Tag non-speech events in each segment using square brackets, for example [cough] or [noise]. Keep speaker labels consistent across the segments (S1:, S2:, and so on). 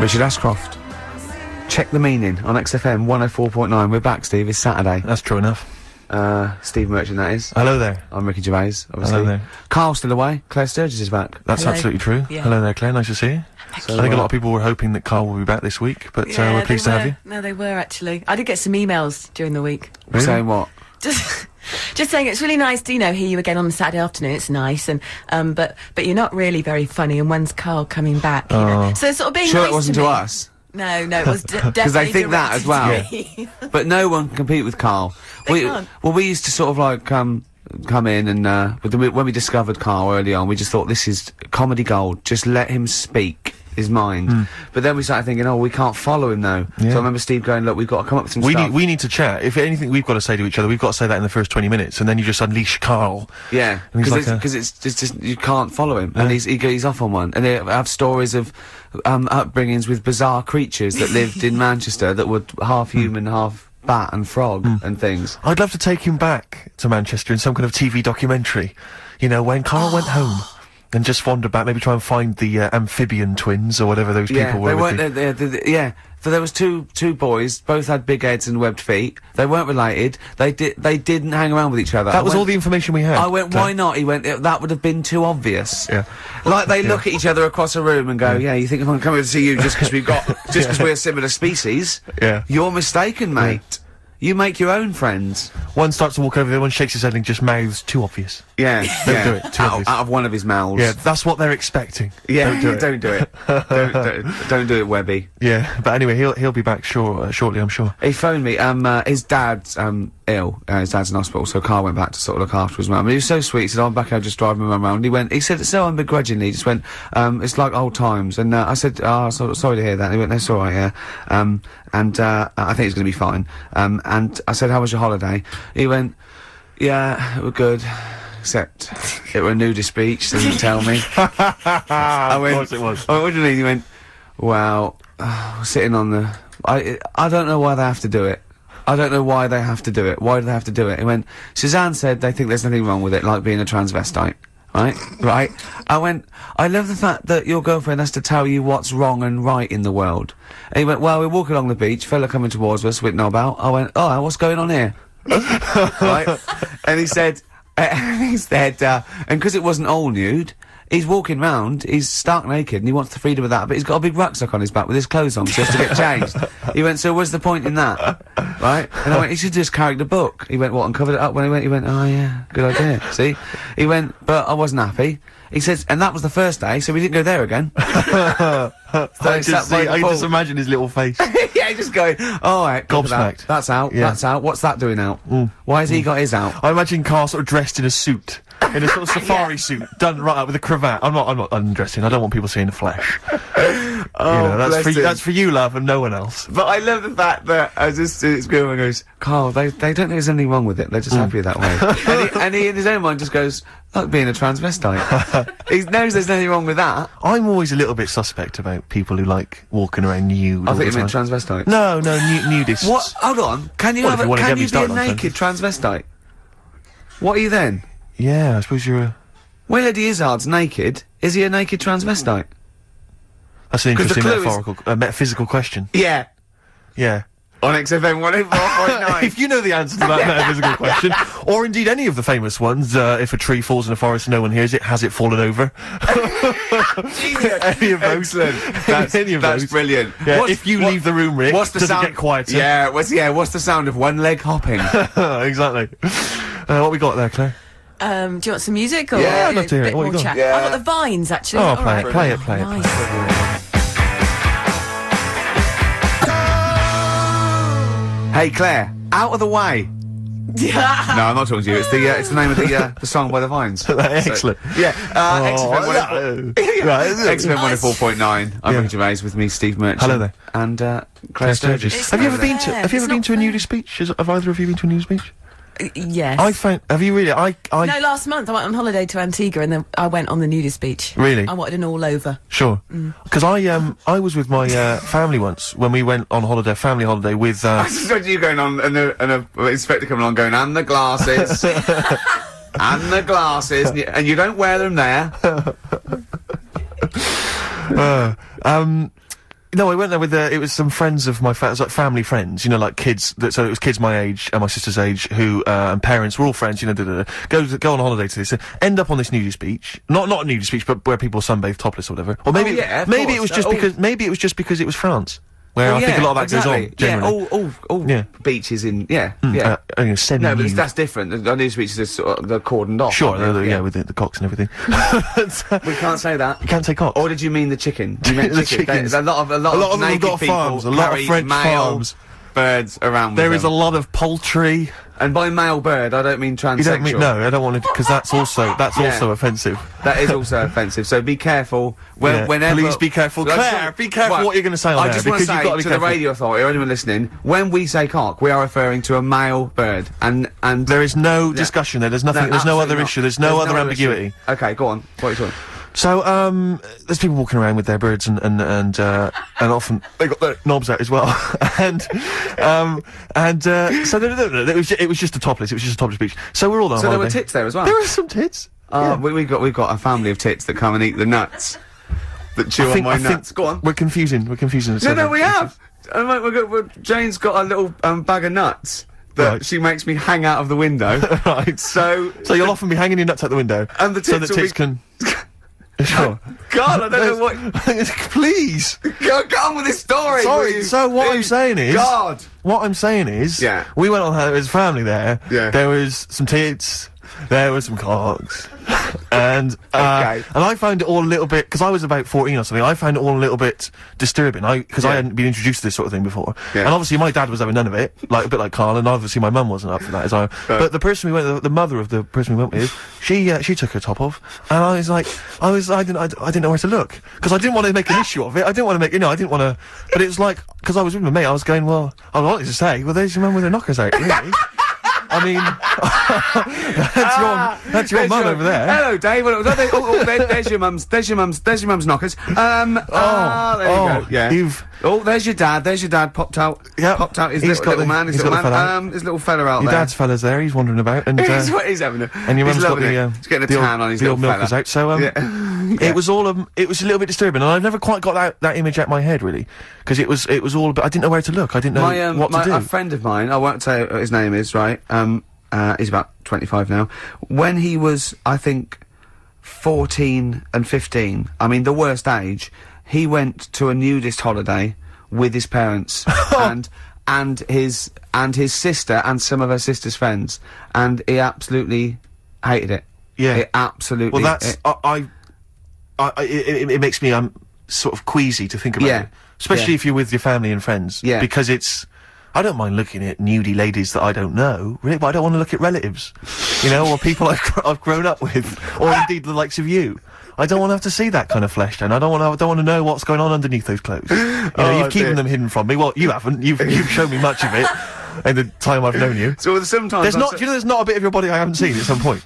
S1: Richard Ashcroft. Check the meaning on XFM 104.9. We're back, Steve. It's Saturday.
S2: That's true enough.
S1: Uh, Steve Merchant, that is.
S2: Hello there.
S1: I'm Ricky Gervais, obviously.
S2: there.
S1: Carl's still away. Claire Sturgis is back.
S2: That's
S3: Hello.
S2: absolutely true.
S3: Yeah.
S2: Hello there, Claire. Nice to see you.
S1: So,
S2: I think a
S1: uh,
S2: lot of people were hoping that Carl will be back this week, but uh, we're
S3: they
S2: pleased to have
S3: were.
S2: you.
S3: No, they were actually. I did get some emails during the week. [laughs]
S2: Really?
S1: Saying what?
S3: Just, just saying it's really nice to you know hear you again on a Saturday afternoon. It's nice, and um, but but you're not really very funny. And when's Carl coming back? You
S2: Oh.
S3: know? So it's sort of being
S1: Sure,
S3: nice
S1: it wasn't to,
S3: me.
S1: us.
S3: No, no, it
S2: [laughs]
S3: was because
S1: they think that as But no one can compete with Carl. we,
S3: can't.
S1: Well, we used to sort of like um, come in and uh, with the, when we discovered Carl early on, we just thought this is comedy gold. Just let him speak his mind. But then we started thinking, oh, we can't follow him now. So
S2: Hmm. Yeah.
S1: I remember Steve going, look, we've got to come up with some
S2: We
S1: stuff.
S2: need, we need to chat. If anything we've got to say to each other, we've got to say that in the first 20 minutes, and then you just unleash Carl.
S1: Yeah,
S2: And he's
S1: because
S2: like a-
S1: it's, just, just you can't follow him, and he's he, go- he's off on one. And they have stories of um, upbringings with bizarre creatures that lived
S2: [laughs]
S1: in Manchester that were half
S2: Hmm.
S1: human, half bat and frog and things.
S2: I'd love to take him back to Manchester in some kind of TV documentary. You know, when Carl
S3: [gasps]
S2: went home and just wander back, maybe try and find the uh, amphibian twins or whatever those
S1: Yeah,
S2: people
S1: they
S2: were. with
S1: weren't.
S2: the-
S1: They, they, they- they- yeah, so there was two two boys, both had big heads and webbed feet. They weren't related. They did they didn't hang around with each other. I
S2: that was
S1: went-
S2: all the information we had.
S1: I went,
S2: So- [laughs]
S1: why not? He went, "Yeah, that would have been too obvious.
S2: Yeah.
S1: Like they look at each other across a room and go, yeah, you think I'm coming to see you just because we've
S2: [laughs]
S1: got, just because we're similar species?
S2: Yeah.
S1: You're mistaken, mate. You make your own friends.
S2: One starts to walk over, the other one shakes his head and just mouths, too obvious.
S1: Yeah.
S2: Don't
S1: yeah.
S2: do it, too
S1: Out,
S2: obvious.
S1: out of one of his mouths.
S2: Yeah, that's what they're expecting.
S1: Yeah,
S2: Don't do it.
S1: [laughs] don't do it. don't, don't, don't do it, Webby.
S2: Yeah, but anyway, he'll he'll be back sure, uh, shortly, I'm sure.
S1: He phoned me. Um, uh, his dad's um ill. Uh, his dad's in hospital, so Carl went back to sort of look after his mum. And He was so sweet. He said, "Oh, "I'm back. out just driving my mum around." He went. He said it so unbegrudgingly. He just went. Um, it's like old times. And uh, I said, "Ah, so, sorry to hear that." And he went, "That's all right, yeah." Um, and uh, I think it's going to be fine. Um, and I said, "How was your holiday?" He went, "Yeah, we're good." Except it were a nudist beach, didn't tell me. [laughs] I
S2: Ah, of
S1: went-
S2: course it was.
S1: I went, what do you mean? He went, well, uh, sitting on the. I I don't know why they have to do it. I don't know why they have to do it. Why do they have to do it? He went, Suzanne said they think there's nothing wrong with it, like being a transvestite. Right? right? I went, I love the fact that your girlfriend has to tell you what's wrong and right in the world. And he went, well, we walk along the beach, fella coming towards us with Nobel. I went, oh, what's going on here? right? And he said, [laughs] and he said, uh, and because it wasn't all nude, he's walking round, he's stark naked, and he wants the freedom of that, but he's got a big rucksack on his back with his clothes on, so he has to get changed. He went, so what's the point in that? Right? And I went, he should just carry the book. He went, what, and covered it up when he went, he went, oh yeah, good idea, see? He went, but I wasn't happy. He says, and that was the first day, so we didn't go there
S2: [laughs]
S1: again. So he
S2: I,
S1: sat
S2: just, see,
S1: by the [laughs]
S2: I just
S1: pool.
S2: imagine his little face.
S1: yeah, just going, all right, good for that.
S2: Gobsmacked.
S1: That's out,
S2: Yeah. Mm.
S1: that's out. What's that doing out? Why has he got his out?
S2: [laughs] I imagine Carl sort of dressed in a suit, in a
S1: [laughs]
S2: sort of safari suit, done right up with a cravat. I'm not, I'm not undressing. I don't want people seeing the flesh.
S1: Oh,
S2: you know, that's
S1: bless
S2: for you,
S1: him.
S2: that's for you, love, and no one else.
S1: But I love the fact that I was just it's going and goes, Carl, they they don't think there's anything wrong with it. They're just
S2: Mm.
S1: happy that
S2: [laughs]
S1: way. and, he, and he in his own mind just goes, like being a
S2: [laughs]
S1: transvestite. he knows there's nothing wrong with that.
S2: I'm always a little bit suspect about people who like walking around nude.
S1: I
S2: all
S1: think
S2: the
S1: you meant
S2: time.
S1: transvestite.
S2: No, no, nu- nudists.
S1: What? Hold on. Can you
S2: Well, if
S1: have
S2: you
S1: a,
S2: wanna get
S1: can
S2: me
S1: you be a
S2: started on
S1: naked transvestite? What are you then?
S2: Yeah, I suppose you're a.
S1: When Eddie Izzard's naked, is he a naked transvestite?
S2: That's an
S1: 'Cause the
S2: interesting
S1: clue is-
S2: metaphorical, uh, metaphysical question.
S1: Yeah.
S2: Yeah.
S1: On XFM 104.9. [laughs]
S2: [laughs] if you know the answer to that metaphysical question, or indeed any of the famous ones, uh, if a tree falls in a forest and no one hears it, has it fallen over? [laughs] any of those.
S1: Excellent. That's,
S2: [laughs] Any of
S1: that's
S2: those.
S1: brilliant.
S2: Yeah,
S1: What's-
S2: if you
S1: what-
S2: leave the room, Rick,
S1: What's the
S2: does
S1: sound?
S2: it get quieter?
S1: Yeah, what's yeah? What's the sound of one leg
S2: [laughs]
S1: hopping?
S2: exactly. Uh, what we got there, Claire?
S3: [laughs] Um, do you want some music or
S2: Yeah, I'd
S3: a
S2: love to hear it.
S3: bit
S2: What
S3: more
S2: you got?
S3: chat?
S1: Yeah.
S3: I've got the vines actually.
S2: Oh,
S3: All
S2: play it, play it, play it,
S3: Oh,
S2: play it.
S3: nice. [laughs]
S1: hey Claire, out of the way.
S3: Yeah.
S1: No, I'm not talking to you. It's the uh, it's the name of the uh, the song by the
S2: [laughs]
S1: Vines.
S2: Excellent.
S1: Yeah, uh, XFM
S2: Oh,
S1: 104 [laughs]
S2: no. Right,
S1: XFM 104.9. I'm
S2: Yeah.
S1: Ricky Gervais with me, Steve Merchant.
S2: Hello there.
S1: And uh, Claire
S2: Claire
S1: Sturgis.
S2: Sturgis.
S3: It's
S2: Have you
S3: not
S2: ever been to
S3: fair.
S2: Have you
S3: It's
S2: ever been
S3: not
S2: to a
S3: fair.
S2: nudist beach? Is- Have either of you been to a nudist beach?
S3: yes.
S2: I found. Have you really? I. I
S3: no, last month I went on holiday to Antigua and then I went on the nudist beach.
S2: Really?
S3: I wanted an all over.
S2: Sure.
S3: Mm.
S2: Because I um I was with my uh, family once when we went on holiday, family holiday with.
S1: [laughs]
S2: Uh,
S1: I just got you going on, and the and a inspector coming on going, and the
S2: [laughs]
S1: glasses. [laughs] And the glasses, and you, and you don't wear them there.
S2: Uh, um, No, I went there with uh, it was some friends of my fa- it was like family friends, you know, like kids. That, so it was kids my age and my sister's age who uh, and parents were all friends, you know. Da, da, da. Go to- go on holiday to this, uh, end up on this nudist beach. Not not a nudist beach, but where people sunbathe topless or whatever. Or maybe
S1: Oh, yeah, of
S2: maybe it
S1: course.
S2: was just
S1: Oh.
S2: because maybe it was just because it was France, where I think a lot of that
S1: exactly.
S2: goes on. Generally.
S1: Yeah, all, all, all
S2: Yeah.
S1: beaches in, yeah, yeah.
S2: Uh, you know, semi.
S1: no, but it's, that's different. The, the news beaches are sort of, they're cordoned off.
S2: sure,
S1: aren't
S2: uh,
S1: they?
S2: yeah, with the, the cocks and everything. [laughs] But, uh,
S1: We can't say that.
S2: you can't take off.
S1: Or did you mean the
S2: [laughs]
S1: chicken? You meant
S2: The
S1: chicken.
S2: chickens.
S1: There's a lot of a lot,
S2: A lot of them have
S1: naked
S2: got
S1: people
S2: farms, a lot of
S1: carry
S2: French
S1: male
S2: farms.
S1: birds around.
S2: There
S1: with
S2: is a
S1: them.
S2: lot of poultry.
S1: and by male bird I don't mean transsexual.
S2: You don't mean no. I don't want to because that's also that's
S1: Yeah.
S2: also offensive.
S1: That
S2: [laughs]
S1: is also offensive. So be careful. When,
S2: Yeah,
S1: Whenever,
S2: please be careful.
S1: Like,
S2: Claire,
S1: so-
S2: be careful what you're gonna say on
S1: I
S2: air,
S1: just want to
S2: because you've
S1: say
S2: gotta
S1: to
S2: be
S1: the
S2: careful.
S1: radio authority or anyone listening, when we say cock, we are referring to a male bird, and and
S2: There is no discussion there. There's nothing. there's no
S1: absolutely
S2: other
S1: not.
S2: issue. There's no other ambiguity.
S1: issue. Okay, go on. What are you talking?
S2: So um, there's people walking around with their birds and and and uh, and often they got their knobs out as well. [laughs] and um, and uh, so no, no, no, no, it was ju- it was just a topless. It was just a topless beach. So we're all Oh, on
S1: So there were
S2: holiday.
S1: tits there as well.
S2: There were some tits.
S1: Uh, we, we've got we've got a family of tits that come and eat the nuts that chew
S2: I think,
S1: on my
S2: I think
S1: nuts. Go on.
S2: We're confusing. We're confusing.
S1: No, no, we have. Uh, I mean, we've got, we've, Jane's got a little um, bag of nuts that
S2: Right.
S1: she makes me hang out of the
S2: [laughs]
S1: window.
S2: right.
S1: So,
S2: So you'll often be hanging your nuts out the window,
S1: And the
S2: so the
S1: tits will
S2: tits
S1: be-
S2: can.
S1: [laughs]
S2: sure.
S1: God, I
S2: [laughs]
S1: don't know what.
S2: Please.
S1: Go, go on with this story. will
S2: Sorry.
S1: you?
S2: So what I'm
S1: Please.
S2: saying is,
S1: God.
S2: what I'm saying is,
S1: Yeah.
S2: we went on holiday. There was family there.
S1: Yeah.
S2: There was some tits. There was
S1: [laughs]
S2: some cocks. and uh,
S1: Okay.
S2: and I found it all a little bit because I was about 14 or something. I found it all a little bit disturbing. I because I
S1: Yeah.
S2: hadn't been introduced to this sort of thing before.
S1: Yeah.
S2: And obviously my dad was having none of it, like a bit like Carl, and obviously my mum wasn't up for that as I. But the person we went, the, the mother of the person we went with, she uh, she took her top off, and I was like, I was I didn't I, I didn't know where to look because I didn't want to make an issue of it. I didn't want to make you know I didn't want to. But it was like because I was with my mate, I was going well. I wanted to say well there's your mum with her knockers out. Really. I mean, [laughs] that's your that's your
S1: Ah, There's
S2: mum over there.
S1: Hello, Dave. Well, there- oh, oh, there- there's your mum's. There's your mum's. There's your mum's knockers. Um. Oh, there you
S2: oh,
S1: go. Yeah.
S2: you've-
S1: Oh, there's your dad. There's your dad. Popped out.
S2: Yeah,
S1: Popped out. His
S2: he's
S1: little,
S2: got
S1: little
S2: the-
S1: man. His
S2: he's
S1: little
S2: got the
S1: man.
S2: fella.
S1: Um. His little fella out
S2: Your
S1: there. [laughs]
S2: dad's fella's there. He's wandering about, and
S1: He's,
S2: uh,
S1: what he's having a,
S2: and your
S1: he's
S2: mum's got
S1: loving
S2: the,
S1: it.
S2: uh,
S1: he's getting a
S2: the old,
S1: tan on his
S2: the old
S1: little
S2: milkers
S1: fella.
S2: out. So um,
S1: Yeah. [laughs] Yeah.
S2: it was all um, it was a little bit disturbing, and I've never quite got that, that image out my head really, because it was it was all. But I didn't know where to look. I didn't know
S1: my, um,
S2: what
S1: my,
S2: to do.
S1: A friend of mine, I won't say what his name is, right? Um, uh, he's about 25 now. When he was, I think, 14 and 15, I mean, the worst age, he went to a nudist holiday with his
S2: [laughs]
S1: parents and and his and his sister and some of her sister's friends, and he absolutely hated it.
S2: Yeah.
S1: He absolutely.
S2: well, that's
S1: it-
S2: I, I, I, I it, it- it makes me um sort of queasy to think about
S1: Yeah.
S2: it, especially
S1: Yeah.
S2: if you're with your family and friends.
S1: Yeah.
S2: because it's. I don't mind looking at nudie ladies that I don't know, really, but I don't want to look at relatives, you know, or people [laughs] I've, gr- I've grown up with, or indeed the likes of you. I don't want to have to see that kind of flesh, and I don't want to. I don't want to know what's going on underneath those clothes. You know,
S1: [laughs] Oh,
S2: you've
S1: dear.
S2: keeping them hidden from me. Well, you haven't. You've you've shown me much of it in the time I've known you.
S1: so sometimes
S2: There's
S1: I'll
S2: not,
S1: say-
S2: you know, there's not a bit of your body I haven't seen at
S1: [laughs]
S2: some point.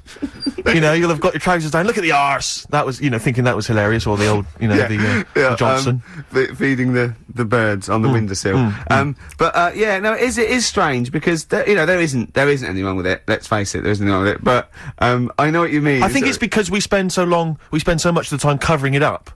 S2: you know, you'll have got your trousers down. Look at the arse. That was, you know, thinking that was hilarious, or the old, you know,
S1: [laughs]
S2: the, uh, the
S1: um,
S2: Johnson. Hmm.
S1: fe- feeding the, the birds on the windowsill. um, But uh, yeah, no, it is it is strange because there, you know there isn't there isn't anyone with it. Let's face it, there isn't anyone with it. But um, I know what you mean.
S2: I think it's
S1: because
S2: because we spend so long, we spend so much of the time covering it up.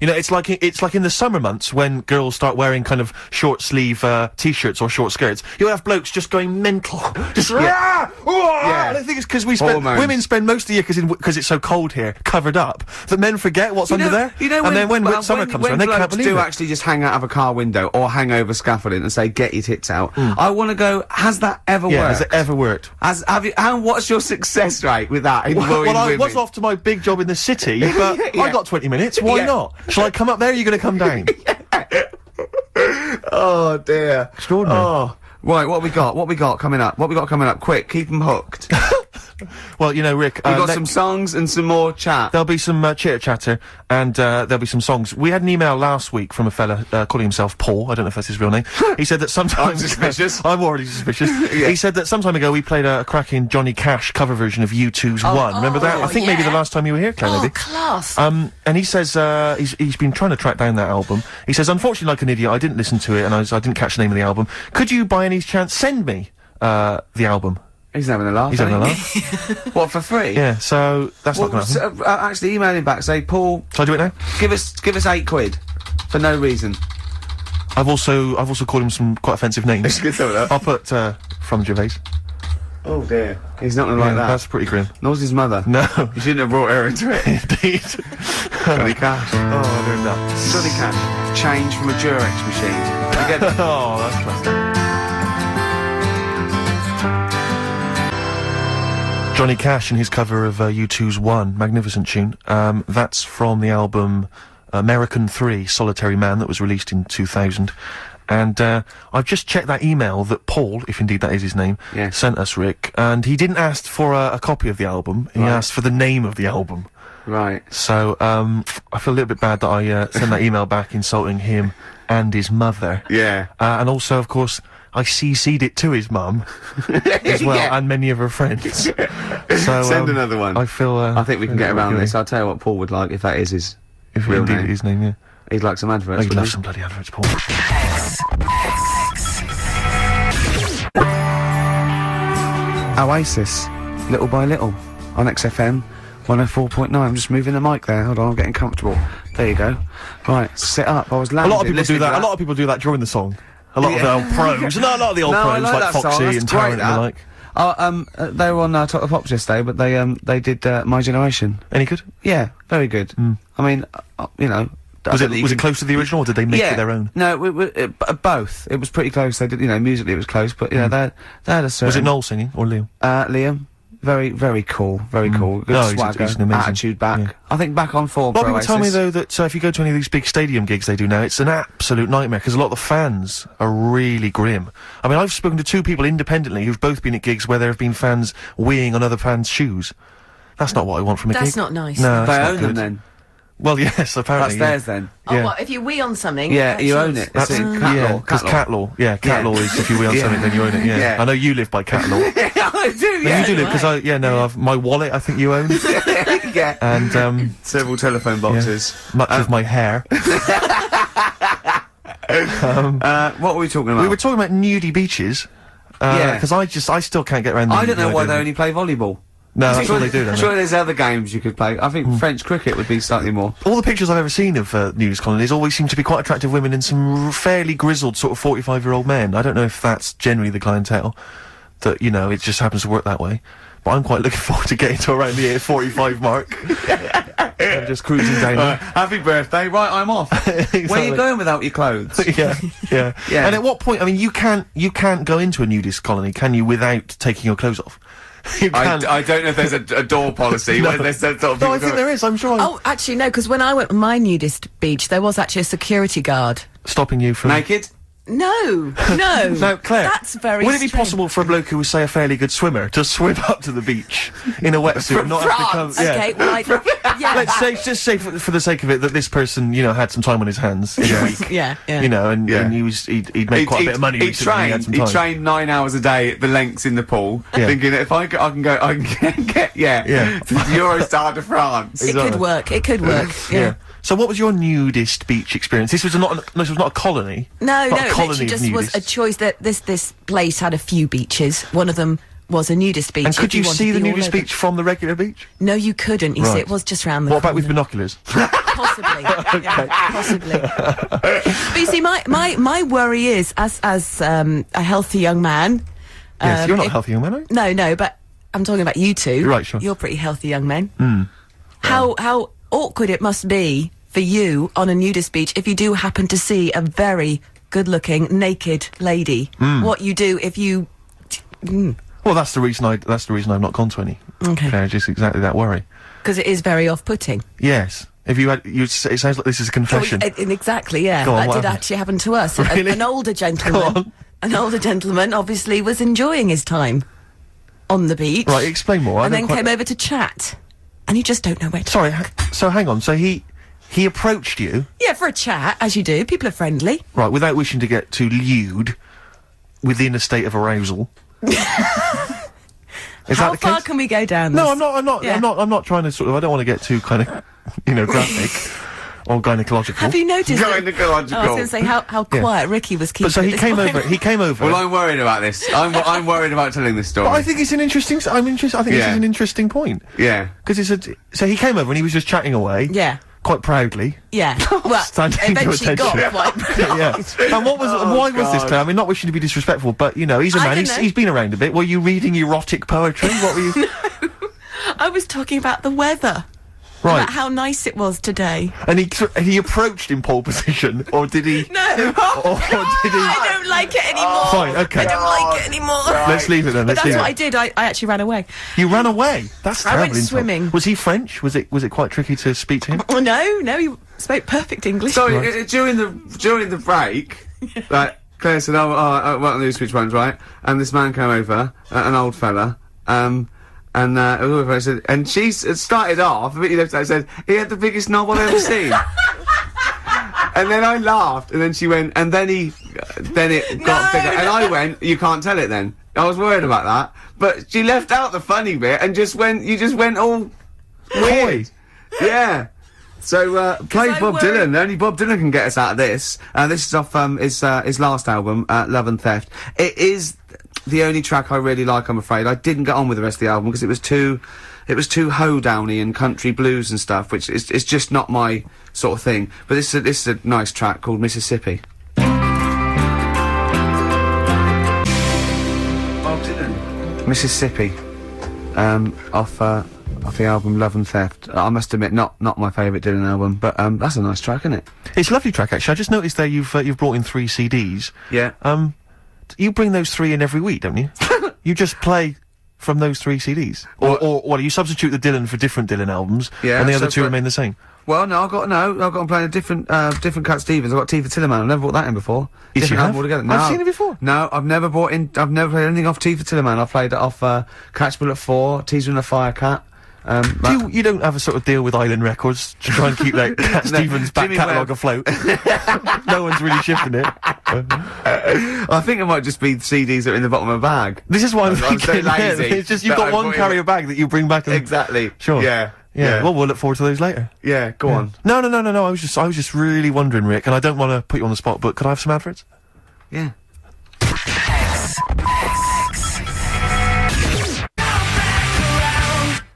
S2: You know, it's like i- it's like in the summer months when girls start wearing kind of short sleeve uh, t-shirts or short skirts. You'll have blokes just going mental, [laughs] just yeah.
S1: Yeah.
S2: And I think it's because we spend
S1: Hormones.
S2: women spend most of the year because because it's so cold here, covered up that men forget what's under there.
S1: You know,
S2: and
S1: when,
S2: then when
S1: well,
S2: wi- summer
S1: when,
S2: comes
S1: when
S2: around, they can't
S1: blokes
S2: believe
S1: do
S2: it.
S1: actually just hang out of a car window or hang over scaffolding and say, "Get your tits out." I want to go. Has that ever
S2: Hmm. yeah,
S1: worked?
S2: has it ever worked?
S1: Has- have you? And what's your success rate with that? In
S2: [laughs] Well,
S1: worrying
S2: well, I
S1: women?
S2: was off to my big job in the city, but
S1: Yeah.
S2: I got 20 minutes. Why
S1: Yeah.
S2: not? Shall I come up there? Or are you going to come down?
S1: Oh dear.
S2: Extraordinary.
S1: Oh. Right, what we got? What we got coming up? What we got coming up? Quick, keep them hooked.
S2: well, you know, Rick,
S1: We've
S2: uh,
S1: got
S2: ne-
S1: some songs and some more chat.
S2: there'll be some uh, chitter chatter and uh, there'll be some songs. We had an email last week from a fella uh, calling himself Paul. I don't know if that's his real name. he said that sometimes.
S1: I'm suspicious.
S2: [laughs] I'm already suspicious.
S1: Yeah.
S2: He said that some time ago we played a, a cracking Johnny Cash cover version of U2's One. Remember that?
S3: oh,
S2: I think maybe
S3: yeah.
S2: the last time you were here, Claire,
S3: Oh,
S2: maybe.
S3: class.
S2: Um, and he says uh, he's he's been trying to track down that album. He says, unfortunately, like an idiot, I didn't listen to it, and I, was, I didn't catch the name of the album. Could you, by any chance, send me uh, the album?
S1: He's having a laugh.
S2: He's having a
S1: ain't
S2: laugh.
S1: he? what for free?
S2: yeah. So that's
S1: Well,
S2: not going to
S1: s-
S2: happen.
S1: uh, uh, actually, email him back. Say, Paul,
S2: Shall I do it now?
S1: give us give us eight quid for no reason.
S2: I've also I've also called him some quite
S1: [laughs]
S2: offensive names.
S1: good though,
S2: I'll put uh, from Gervais.
S1: Oh dear. He's not gonna like
S2: Yeah,
S1: that.
S2: That's pretty grim. [laughs]
S1: Nor's his mother.
S2: No,
S1: You shouldn't have brought her into
S2: [laughs]
S1: it.
S2: indeed.
S1: Johnny Cash.
S2: oh, there's that.
S1: Johnny Cash. Change from a Durex machine. Again,
S2: [laughs] Oh, that's classic. Johnny Cash and his cover of uh, U2's One, magnificent tune. Um, that's from the album American 3, Solitary Man, that was released in 2000. And uh, I've just checked that email that Paul, if indeed that is his name,
S1: Yes.
S2: sent us, Rick. And he didn't ask for a, a copy of the album, he
S1: Right.
S2: asked for the name of the album.
S1: right.
S2: So um, I feel a little bit bad that I uh, sent that email back insulting him and his mother.
S1: [laughs] Yeah.
S2: Uh, and also, of course, I CC'd it to
S1: [laughs]
S2: his mum as well,
S1: Yeah.
S2: and many of
S1: [laughs]
S2: her friends. So,
S1: Send
S2: um,
S1: another one.
S2: I feel. Uh,
S1: I think we can get around this. I'll tell you what Paul would like if that is his
S2: If
S1: real
S2: indeed
S1: name.
S2: his name, yeah.
S1: He'd like some adverts.
S2: I
S1: wouldn't
S2: love
S1: he?
S2: some bloody adverts, Paul.
S1: Oh, Oasis, little by little, on XFM 104.9. I'm just moving the mic there. Hold on, I'm getting comfortable. There you go. Right, sit up. I was
S2: A
S1: landing.
S2: lot of people do that. A lot of people do that during the song. A lot of the
S1: Yeah.
S2: old pros. No, a lot of the
S1: [laughs]
S2: old
S1: no, I
S2: pros
S1: like,
S2: like
S1: that
S2: Foxy
S1: song. That's
S2: and
S1: great,
S2: Tarrant and
S1: that.
S2: the like.
S1: Oh, um, uh, they were on uh, Top of Pops yesterday, but they um they did uh, My Generation.
S2: Any good?
S1: Yeah, very good. I mean, uh, you know. I
S2: Hmm. Was
S1: don't think
S2: it
S1: you
S2: was
S1: can-
S2: it close to the original, or did they make
S1: yeah.
S2: it their own?
S1: No, we, we, it, b- both. It was pretty close. They did, you know, musically it was close, but you know, they they had a certain.
S2: Hmm. Was it Noel singing or Liam?
S1: Uh, Liam, very very cool, very cool. Good
S2: Hmm. No, he's-
S1: swagger,
S2: he's an amazing-
S1: attitude back.
S2: yeah.
S1: I think back on form.
S2: A lot of people
S1: for
S2: tell me
S1: Oasis.
S2: though that uh, if you go to any of these big stadium gigs they do now, it's an absolute nightmare because a lot of the fans are really grim. I mean, I've spoken to two people independently who've both been at gigs where there have been fans weeing on other fans' shoes. That's not what I want from a
S3: That's
S2: gig.
S3: not nice.
S2: No,
S1: They
S2: that's
S1: own
S2: not
S1: them
S2: good.
S1: then.
S2: Well, yes,
S1: That's
S2: apparently. yeah.
S1: theirs then.
S3: Oh,
S2: Yeah.
S3: what if you wee on something?
S1: Yeah,
S3: that's
S1: you own
S3: yours.
S1: it.
S2: That's
S1: It's
S2: it.
S1: in cat
S2: yeah,
S1: law,
S2: because
S1: cat
S2: cat law. Yeah, cat
S1: Yeah.
S2: law is if you wee
S1: [laughs]
S2: on
S1: Yeah.
S2: something, then you own it. Yeah.
S1: Yeah.
S2: I know you live by
S1: [laughs]
S2: cat law.
S1: I do.
S2: No,
S1: Yeah,
S2: you do live because I, yeah, no, I've, my wallet I think you
S1: [laughs]
S2: own,
S1: yeah.
S2: and um,
S1: Several telephone boxes.
S2: much of my hair.
S1: Uh, what were we talking about?
S2: We were talking about nudie beaches. Uh 'cause
S1: Yeah.
S2: Because I just, I still can't get around the
S1: I don't
S2: the
S1: know why
S2: idea
S1: they
S2: of-
S1: only play volleyball.
S2: No, that's what they do, don't they?
S1: Surely there's other games you could play. I think French cricket would be slightly more.
S2: All the pictures I've ever seen of uh, news colonies always seem to be quite attractive women and some r- fairly grizzled sort of 45-year-old men. I don't know if that's generally the clientele, that, you know, it just happens to work that way. But I'm quite looking [laughs] forward to getting to around the 45 [laughs] mark. I'm just cruising down.
S1: Uh, happy birthday! Right, I'm off. Where are
S2: [laughs] Exactly.
S1: you going without your [laughs] clothes?
S2: [laughs] yeah, yeah,
S1: Yeah.
S2: And at what point? I mean, you can't you can't go into a nudist colony, can you, without taking your clothes off? [laughs] You can't.
S1: don't know if there's a, a door policy. where there's that sort of
S2: [laughs] no,
S1: people
S2: I think
S1: go-
S2: there is. I'm sure. I'm
S3: Oh, actually, no, because when I went on my nudist beach, there was actually a security guard.
S2: stopping you from.
S1: Naked?
S3: No, no.
S2: No, Claire.
S3: That's very
S2: Would it be
S3: strange.
S2: possible for a bloke who was, say, a fairly good swimmer to [laughs] swim up to the beach in a wetsuit, not have to come? Yeah.
S3: Okay, well, I, yeah.
S2: Let's say, just say for, for the sake of it, that this person, you know, had some time on his hands in a week.
S3: Yeah, yeah.
S2: You know, and,
S1: Yeah.
S2: and he was he'd, he'd made
S1: He-
S2: quite
S1: he-
S2: a bit of money.
S1: He
S2: recently, he had
S1: trained.
S2: some
S1: He,
S2: time.
S1: trained nine hours a day at the lengths in the pool,
S2: Yeah.
S1: thinking that if I, c- I can go, I can get, [laughs] yeah,
S2: Yeah.
S1: to Eurostar to
S2: [laughs]
S1: France.
S3: it could work. It could work. Yeah.
S2: Yeah. So, what was your nudist beach experience? This was not an, this was not a colony.
S3: No,
S2: not
S3: no.
S2: a
S3: It
S2: colony
S3: literally
S2: of
S3: just was
S2: nudists.
S3: a choice that this this place had a few beaches. One of them was a nudist beach.
S2: and
S3: if
S2: could you
S3: wanted
S2: see
S3: to
S2: the
S3: be all
S2: nudist
S3: over.
S2: beach from the regular beach?
S3: No, you couldn't. You see,
S2: Right.
S3: it was just round the
S2: What about with
S3: corner.
S2: binoculars? [laughs]
S3: [laughs] possibly. yeah, possibly. but you see, my, my, my worry is, as as um, a healthy young man.
S2: yes,
S3: um,
S2: you're not a
S3: if-
S2: healthy young man, are you?
S3: No, no, but I'm talking about you two.
S2: Right, sure. Hmm.
S3: You're pretty healthy young men. How how awkward it must be for you on a nudist beach if you do happen to see a very good-looking naked lady.
S2: Hmm.
S3: What you do if you
S2: Well, that's the reason I that's the reason I've not gone to any.
S3: Okay.
S2: Claire, just exactly that worry.
S3: because it is very off-putting.
S2: Yes. If you had, you, it sounds like this is a
S3: Oh,
S2: confession.
S3: e- e- exactly, yeah.
S2: Go on,
S3: that
S2: what
S3: did
S2: happened?
S3: actually happen to us. A-
S2: Really?
S3: an older
S2: Go
S3: gentleman,
S2: on.
S3: an older gentleman, obviously was enjoying his time on the beach.
S2: Right, explain more. I
S3: And
S2: don't
S3: then
S2: quite-
S3: came over to chat, and you just don't know where. to...
S2: Sorry. ha- So hang on. So he he approached you
S3: Yeah, for a chat, as you do. People are friendly.
S2: right without wishing to get too lewd, within a state of arousal.
S3: [laughs]
S2: is
S3: How
S2: that the
S3: far
S2: case?
S3: can we go down?
S2: no,
S3: this?
S2: I'm not. I'm not.
S3: Yeah.
S2: I'm not. I'm not trying to sort of. I don't want to get too kind of, you know, graphic or gynecological.
S3: Have you noticed? that-
S1: Gynecological.
S3: Oh, I was going to say how, how
S2: Yeah.
S3: quiet Ricky was keeping.
S2: but so
S3: at
S2: he
S3: this
S2: came
S3: point.
S2: over. He came over.
S1: Well, I'm worried about this. I'm, wo- I'm worried about telling this story.
S2: But I think it's an interesting. s- I'm interested. I think
S1: Yeah.
S2: this is an interesting point
S1: yeah.
S2: because it's a. So he came over and he was just chatting away.
S3: Yeah. [laughs]
S2: quite proudly. [laughs]
S3: Yeah. well,
S2: Standing to
S3: eventually
S2: attention.
S3: got
S2: [laughs]
S3: quite.
S2: yeah. And what was?
S1: Oh,
S2: why was this?
S1: God.
S2: Claire? I mean, not wishing to be disrespectful, but you know, he's a
S3: I
S2: man.
S3: don't
S2: He's,
S3: know.
S2: he's been around a bit. Were you reading erotic poetry? What
S3: [laughs]
S2: were you?
S3: I was talking about the weather.
S2: Right.
S3: About how nice it was today.
S2: And he thr- and he approached in pole position, or did he? [laughs]
S3: No.
S2: Or Oh, did he?
S3: I don't like it anymore.
S2: Fine.
S3: I
S2: Okay.
S3: don't like it anymore.
S2: Let's leave it then.
S3: But
S2: Let's
S3: that's
S2: leave
S3: what
S2: it.
S3: I did. I, I actually ran away.
S2: You ran away. That's
S3: I
S2: terrible.
S3: went
S2: insult.
S3: swimming.
S2: Was he French? Was it was it quite tricky to speak to him?
S3: Oh, no, no, you spoke perfect English.
S1: Sorry,
S2: Right.
S1: uh, uh, during the during the
S3: [laughs]
S1: break, like Claire said, "Oh, oh, oh well, the switch ones right," and this man came over, uh, an old fella, um. And uh, it was all very said, and she s- it started off. But you left out said he had the biggest knob I've
S3: [laughs]
S1: ever seen. and then I laughed, and then she went, and then he, then it got
S3: No,
S1: bigger, and I went, you can't tell it. Then I was worried about that, but she left out the funny bit and just went, you just went all weird. Yeah. So uh, play
S3: I
S1: Bob
S3: worry-
S1: Dylan. Only Bob Dylan can get us out of this. Uh, this is off um, his uh, his last album, uh, Love and Theft. It is the only track I really like. I'm afraid I didn't get on with the rest of the album because it was too it was too hoedowny and country blues and stuff, which is is just not my sort of thing. But this is a, this is a nice track called Mississippi. Bob Dylan, Mississippi um, off uh, off the album Love and Theft. I must admit, not not my favourite Dylan album, but um, that's a nice track, isn't it?
S2: It's a lovely track actually. I just noticed there you've uh, you've brought in three CDs.
S1: Yeah.
S2: Um, t- you bring those three in every week,
S1: [laughs]
S2: don't you? you just play from those three CDs, or or well, you substitute the Dylan for different Dylan albums,
S1: Yeah,
S2: and the
S1: so
S2: other two
S1: for-
S2: remain the same.
S1: Well, no, I've got no, I've got I'm playing a different uh, different Cat Stevens. I've got T for Tillerman. I've never brought that in before.
S2: Yes,
S1: different
S2: you have.
S1: album altogether. No,
S2: I've seen it before.
S1: No, I've never brought in. I've never played anything off T for Tillerman. I've played it off uh, Catch Bullet Four, Teaser and the Fire Cat. Um,
S2: Do
S1: that-
S2: you, you don't have a sort of deal with Island Records to try and
S1: [laughs]
S2: keep that Cat Stevens back
S1: Jimmy
S2: catalogue
S1: Webb. [laughs]
S2: afloat. no one's really shifting it.
S1: I think it might just be CDs that are in the bottom of a bag.
S2: This is why I'm,
S1: I'm so
S2: thinking. yeah,
S1: lazy
S2: it's just you've
S1: that
S2: got
S1: I
S2: one
S1: bought it-
S2: carrier bag that you bring back. And,
S1: Exactly.
S2: Mm. Sure.
S1: Yeah.
S2: yeah.
S1: Yeah.
S2: Well, we'll look forward to those later.
S1: yeah. Go on.
S2: No, no, no, no, no. I was just, I was just really wondering, Rick, and I don't want to put you on the spot, but could I have some adverts?
S1: Yeah.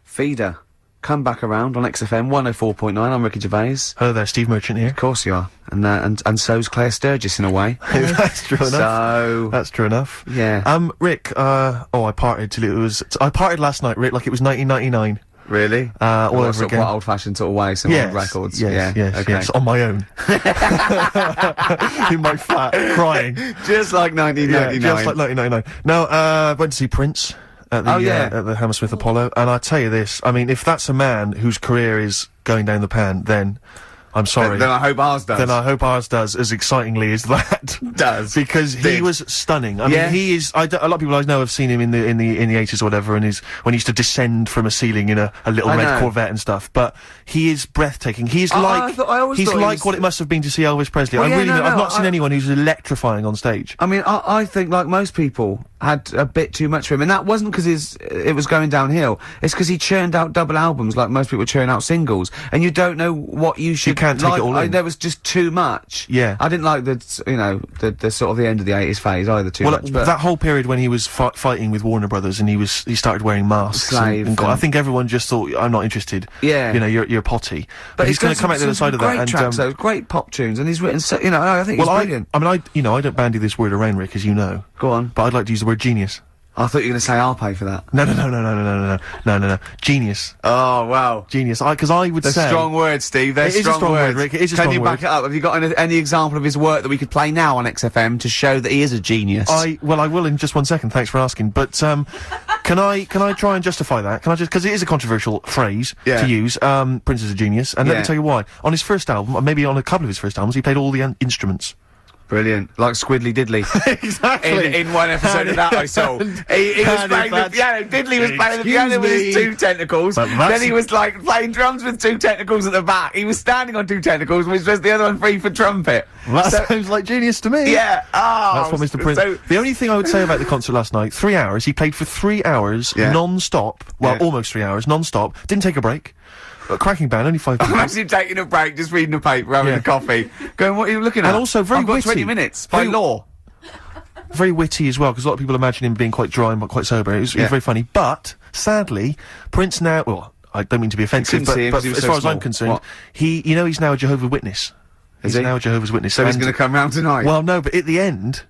S1: Feeder. Come back around on XFM 104.9. I'm Ricky Gervais.
S2: Hello there, Steve
S1: [laughs]
S2: Merchant here.
S1: Of course you are. And uh, and, and so's Claire Sturgis in a way.
S2: That's true enough. Uh,
S1: so,
S2: That's true enough.
S1: Yeah.
S2: Um, Rick. Uh, oh, I partied till it was. I partied last night, Rick, like it was 1999.
S1: really?
S2: Uh, all
S1: Well,
S2: over
S1: sort of
S2: again.
S1: Quite old fashioned sort of way, some
S2: Yes,
S1: old records.
S2: Yes,
S1: yeah.
S2: yes,
S1: okay. [laughs]
S2: yes. On my own. [laughs] In my flat, crying.
S1: Just like
S2: Yeah,
S1: 1999.
S2: just like 1999. No, uh, went to see Prince at the
S1: Oh, yeah.
S2: uh, at the Hammersmith Apollo, and I tell you this. I mean, if that's a man whose career is going down the pan, then I'm sorry.
S1: then, I hope ours does.
S2: then I hope ours does as excitingly as that
S1: Does.
S2: because he
S1: Did. was.
S2: was stunning. I
S1: Yeah.
S2: mean, he is. I d- a lot of people I know have seen him in the in the in the eighties or whatever, and he's when he used to descend from a ceiling in a, a little
S1: I
S2: red
S1: know.
S2: Corvette and stuff. But he is breathtaking. He's
S1: I- I
S2: like
S1: thought- I always
S2: he's
S1: thought he
S2: like
S1: was-
S2: what it must have been to see Elvis Presley.
S1: Well,
S2: I
S1: yeah,
S2: really
S1: no,
S2: don't- I've
S1: no,
S2: not seen
S1: I-
S2: anyone who's electrifying on stage.
S1: I mean, I, I think like most people had a bit too much for him, and that wasn't because his it was going downhill. It's because he churned out double albums like most people churn out singles, and you don't know what you should.
S2: can't take it
S1: like.
S2: all
S1: I-
S2: in.
S1: there was just too much.
S2: Yeah.
S1: I didn't like the s- you know the the sort of the end of the eighties phase either too
S2: Well,
S1: much. But
S2: that whole period when he was fi- fighting with Warner Brothers and he was he started wearing masks. and-
S1: Slave
S2: and got- I
S1: and-
S2: think everyone just thought, "I'm not interested."
S1: Yeah.
S2: you know, you're you're potty. But, he's
S1: got
S2: going to come
S1: some-
S2: out the other
S1: some
S2: side of that.
S1: Great
S2: and,
S1: tracks,
S2: um,
S1: though, great pop tunes, and he's written. So, you know, I think he's
S2: well, I,
S1: brilliant.
S2: I mean, I you know, I don't bandy this word around, Rick, as you know.
S1: Go on.
S2: But I'd like to use the word genius.
S1: I thought you were going to say I'll pay for that.
S2: No, no, no, no, no, no, no, no, no, no, no. Genius,
S1: Oh wow.
S2: genius. I because I would
S1: They're
S2: say
S1: strong words, Steve. They're
S2: It is a
S1: strong,
S2: strong word,
S1: words.
S2: Rick. It is a
S1: Can
S2: strong
S1: you back
S2: word.
S1: it up? Have you got any, any example of his work that we could play now on XFM to show that he is a genius?
S2: I well, I will in just one second. Thanks for asking. But um, can I can I try and justify that? Can I just because it is a controversial phrase
S1: Yeah.
S2: to use. Um, Prince is a genius, and let
S1: Yeah.
S2: me tell you why. On his first album, or maybe on a couple of his first albums, he played all the un- instruments.
S1: Brilliant, like Squiddly Diddly.
S2: [laughs] Exactly.
S1: In, in one episode of that, I
S2: [laughs]
S1: saw he, he was
S2: Candy
S1: playing the
S2: Flats.
S1: piano. Diddley was playing the
S2: Excuse
S1: piano with his
S2: me.
S1: two tentacles.
S2: But that's-
S1: Then he was like playing drums with two tentacles at the back. He was standing on two tentacles, which was the other one free for trumpet.
S2: That
S1: So-
S2: sounds like genius to me.
S1: yeah, ah,
S2: That's what Mr. Prince.
S1: So, [laughs]
S2: the only thing I would say about the concert last night, three hours. He played for three hours
S1: Yeah.
S2: non-stop. Well,
S1: Yeah.
S2: almost three hours non-stop. Didn't take a break. A cracking band,
S1: [laughs]
S2: only five people.
S1: imagine him taking a break, just reading the paper, having
S2: Yeah.
S1: a coffee, going, "What are you looking at?"
S2: And also very
S1: I've got
S2: witty.
S1: twenty minutes by
S2: Very-
S1: law.
S2: very witty as well, because a lot of people imagine him being quite dry and quite sober. It was, it
S1: Yeah.
S2: was very funny. But sadly, Prince now. Well, I don't mean to be offensive,
S1: couldn't
S2: but,
S1: see him
S2: but
S1: 'cause he
S2: as
S1: was
S2: far
S1: so
S2: as I'm
S1: small.
S2: concerned,
S1: What?
S2: he, you know, he's now a Jehovah's Witness.
S1: Is
S2: he's
S1: he?
S2: now a Jehovah's Witness.
S1: So he's
S2: and-
S1: going to come round tonight.
S2: Well, no, but at the end,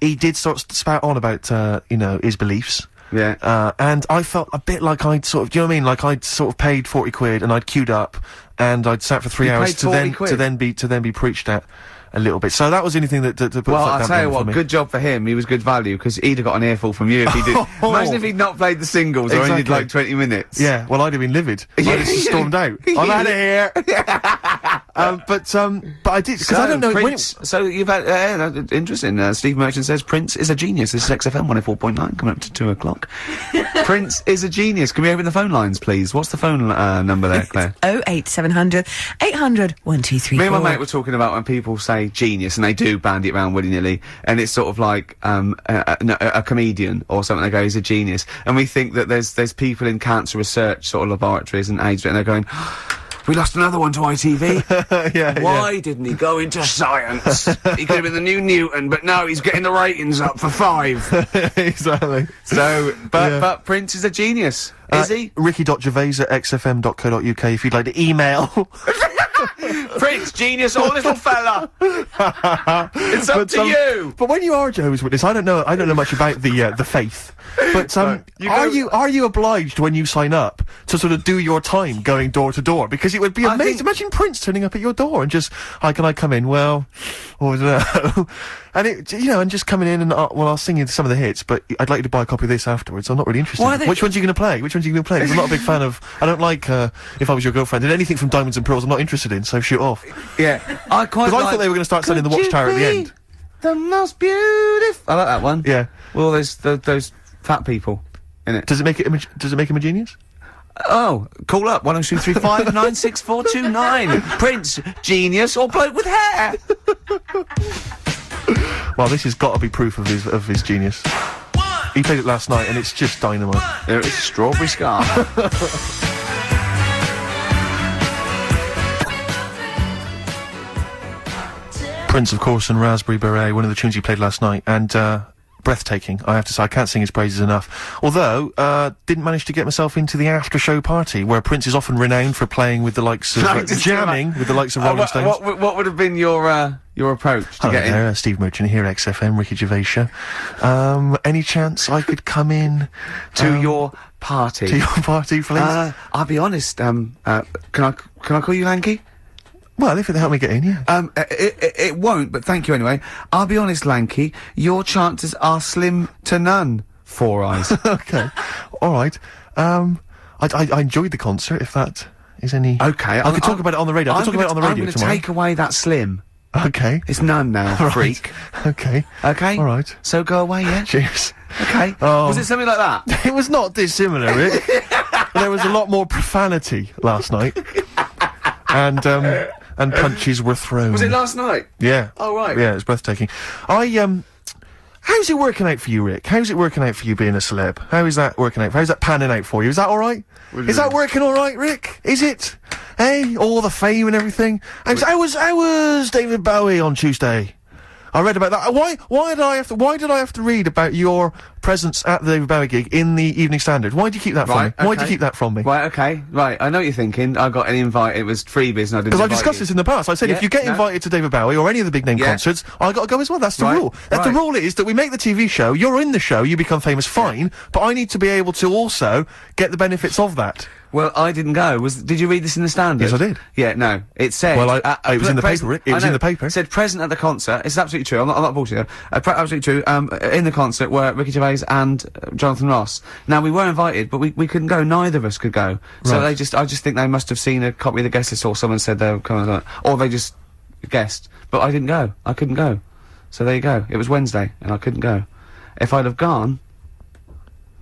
S2: he did sort of spout on about, uh, you know, his beliefs.
S1: Yeah.
S2: Uh, and I felt a bit like I'd sort of, do you know what I mean? Like I'd sort of paid 40 quid and I'd queued up and I'd sat for three
S1: You
S2: hours
S1: paid
S2: to then,
S1: 40 quid?
S2: to then be, to then be preached at a little bit. So that was the only thing that, that, that put
S1: well,
S2: a
S1: I'll
S2: damper
S1: tell you
S2: on for
S1: what,
S2: me.
S1: good job for him. He was good value because he'd have got an earful from you if he did. [laughs] Imagine if he'd not played the singles or ended
S2: Exactly.
S1: like 20 minutes.
S2: Yeah, well, I'd have been livid. I'd have
S1: [laughs]
S2: just stormed out. I'm out of here. um, but um, but I did because
S1: So,
S2: I don't know when.
S1: Prince, so you've had uh, yeah, that- interesting. Uh, Steve Merchant says Prince is a genius. This is XFM 104.9 coming up to two [laughs] o'clock. Prince is a genius. Can we open the phone lines, please? What's the phone uh, number [laughs] there, Claire?
S3: 08700 800
S1: Me and my mate were talking about when people say genius and they do bandy it around willy nilly, and it's sort of like um, a, a- no, a, a comedian or something. They go, he's a genius, and we think that there's there's people in cancer research sort of laboratories and AIDS, and they're going, we lost another one to ITV.
S2: [laughs] [laughs] yeah,
S1: Why didn't he go into science? he could have been the new Newton, but no, he's getting the ratings up for
S2: [laughs]
S1: five.
S2: yeah. [laughs] exactly.
S1: so, but
S2: Yeah.
S1: but Prince is a genius, is
S2: Uh,
S1: he?
S2: Ricky.gervais at xfm.co.uk if you'd like to email. [laughs]
S1: Prince, genius or little
S2: [laughs]
S1: fella? it's up
S2: But,
S1: to
S2: um,
S1: you.
S2: But when you are a Jehovah's Witness, I don't know. I don't know much about the uh, the faith. But um,
S1: you
S2: are
S1: don't-
S2: you are you obliged when you sign up to sort of do your time going door to door? Because it would be
S1: I
S2: amazing.
S1: think-
S2: Imagine Prince turning up at your door and just, "Hi, can I come in?" Well, or no, [laughs] and it you know, and just coming in and uh, well, I'll sing you some of the hits, but I'd like you to buy a copy of this afterwards. I'm not really interested.
S3: Why are they-
S2: Which ones are you going to play? Which ones are you going to play? 'Cause I'm not a big fan of. I don't like uh, if I was your girlfriend and anything from Diamonds and Pearls. I'm not interested in. So shoot off.
S1: Yeah, I quite.
S2: Because I
S1: like-
S2: thought they were going to start selling the
S1: Could you
S2: Watchtower at the
S1: be
S2: end.
S1: The most beautiful. I like that one.
S2: Yeah.
S1: Well, there's th those fat people in it.
S2: Does it make it? imag- Does it make him a genius?
S1: Oh, call up one zero two three five nine six four two [laughs] nine. Prince, genius, or bloke with hair.
S2: Well, this has got to be proof of his of his genius. He played it last night, and it's just dynamite.
S1: There is strawberry [laughs] scarf.
S2: Prince, of course, and Raspberry Beret, one of the tunes he played last night, and uh, breathtaking. I have to say, I can't sing his praises enough. Although, uh, didn't manage to get myself into the after-show party where Prince is often renowned for playing with the
S1: [laughs]
S2: likes of uh, jamming with the likes of
S1: Oh,
S2: Rolling
S1: what,
S2: Stones.
S1: what, would- what would have been your uh, your approach to
S2: Hello
S1: getting?
S2: there, uh, Steve Merchant here, XFM, Ricky Gervais show. Um, any chance I could come in
S1: To
S2: um,
S1: your party.
S2: to your party, please?
S1: uh, I'll be honest. Um, uh, can I can I call you Lanky?
S2: well, if it helped me get in, yeah.
S1: Um, i- i- it, it won't, but thank you anyway. I'll be honest, Lanky, your chances are slim to none. Four
S2: [laughs]
S1: eyes.
S2: okay. [laughs] All right. Um, I, I, I enjoyed the concert. If that is any
S1: okay,
S2: I could talk about it on the radio. I
S1: I'm
S2: could talk
S1: gonna
S2: about it on
S1: t-
S2: the radio
S1: I'm gonna
S2: tomorrow.
S1: take away that slim.
S2: okay.
S1: It's none now,
S2: [laughs] All right.
S1: freak.
S2: Okay.
S1: Okay.
S2: All right.
S1: So go away,
S2: [laughs]
S1: yeah.
S2: Cheers.
S1: okay.
S2: Oh.
S1: Was it something like that?
S2: It was not dissimilar. It. there was a lot more profanity last night, and um, and punches were thrown.
S1: Was it last night?
S2: Yeah.
S1: Oh, right.
S2: Yeah, it's breathtaking. I um. How's it working out for you, Rick? How's it working out for you being a celeb? How is that working out? How's that panning out for you? Is that all right? Is that working all right, Rick? Is it? Hey, all the fame and everything. How's, how was how was David Bowie on Tuesday? I read about that. Uh, Why why did I have to why did I have to read about your presence at the David Bowie gig in the Evening Standard? Why do you keep that from me?
S1: Right.
S2: Why do you
S1: okay.
S2: keep that from me?
S1: Right. Okay. Right. I know what you're thinking. I got an invite. It was freebies, and I didn't.
S2: Because I
S1: invite
S2: discussed
S1: you.
S2: this in the past. I said if
S1: Yeah,
S2: you get
S1: no.
S2: invited to David Bowie or any of the big name
S1: Yeah.
S2: concerts, I got to go as well. That's the
S1: Right,
S2: rule. That's the
S1: right.
S2: rule is that we make the TV show. You're in the show. You become famous. Fine, but I need to be able to also get the benefits of that.
S1: Well, I didn't go. Was did you read this in the Standard?
S2: Yes, I did.
S1: Yeah, no, it said.
S2: Well, I- uh, it was
S1: pre-
S2: in the
S1: pres-
S2: paper, Rick. It
S1: I
S2: was in
S1: know.
S2: the paper.
S1: It said present at the concert. It's absolutely true. I'm not, I'm not bullshitting. you. Uh, pre- absolutely true. Um, uh, in the concert were Ricky Gervais and uh, Jonathan Ross. Now we were invited, but we, we couldn't go. Neither of us could go. So
S2: Right.
S1: they just, I just think they must have seen a copy of the guest list, or someone said they were coming, on, or they just guessed. But I didn't go. I couldn't go. So there you go. It was Wednesday, and I couldn't go. If I'd have gone,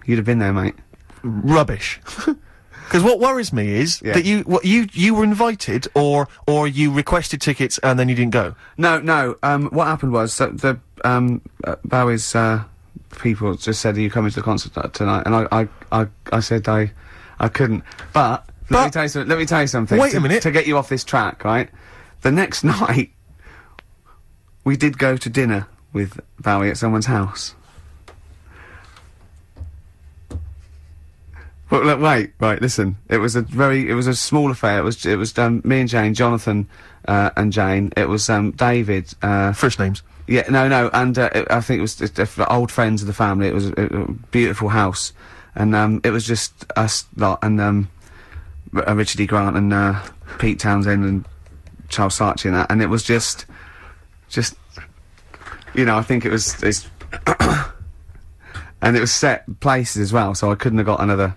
S1: you'd have been there, mate. [laughs]
S2: Rubbish. Because what worries me is
S1: Yeah.
S2: that you what you you were invited or or you requested tickets and then you didn't go.
S1: No, no. Um, what happened was that the um, uh, Bowie's uh, people just said, "Are you coming to the concert t- tonight?" And I, I, I, I said I, I couldn't. But,
S2: But-
S1: let me tell you something. Let me tell you something.
S2: Wait a
S1: to-
S2: minute.
S1: To get you off this track, right? The next [laughs] night, we did go to dinner with Bowie at someone's house. Well, look, wait, right. Listen, it was a very, it was a small affair. It was, it was um, me and Jane, Jonathan, uh, and Jane. It was um, David. Uh,
S2: First names.
S1: yeah, no, no, and uh, it, I think it was just, uh, for old friends of the family. It was a, a beautiful house, and um, it was just us lot and um, R- uh, Richard E. Grant and uh, Pete Townsend and Charles Saatchi and that. And it was just, just, you know, I think it was, it's, [coughs] and it was set places as well, so I couldn't have got another.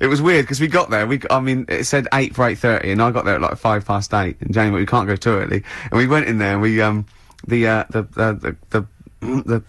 S1: It was weird because we got there. We, g- I mean, it said eight for eight thirty, and I got there at like five past eight. And Jane, went, we can't go too early. And we went in there, and we um, the uh, the uh, the the the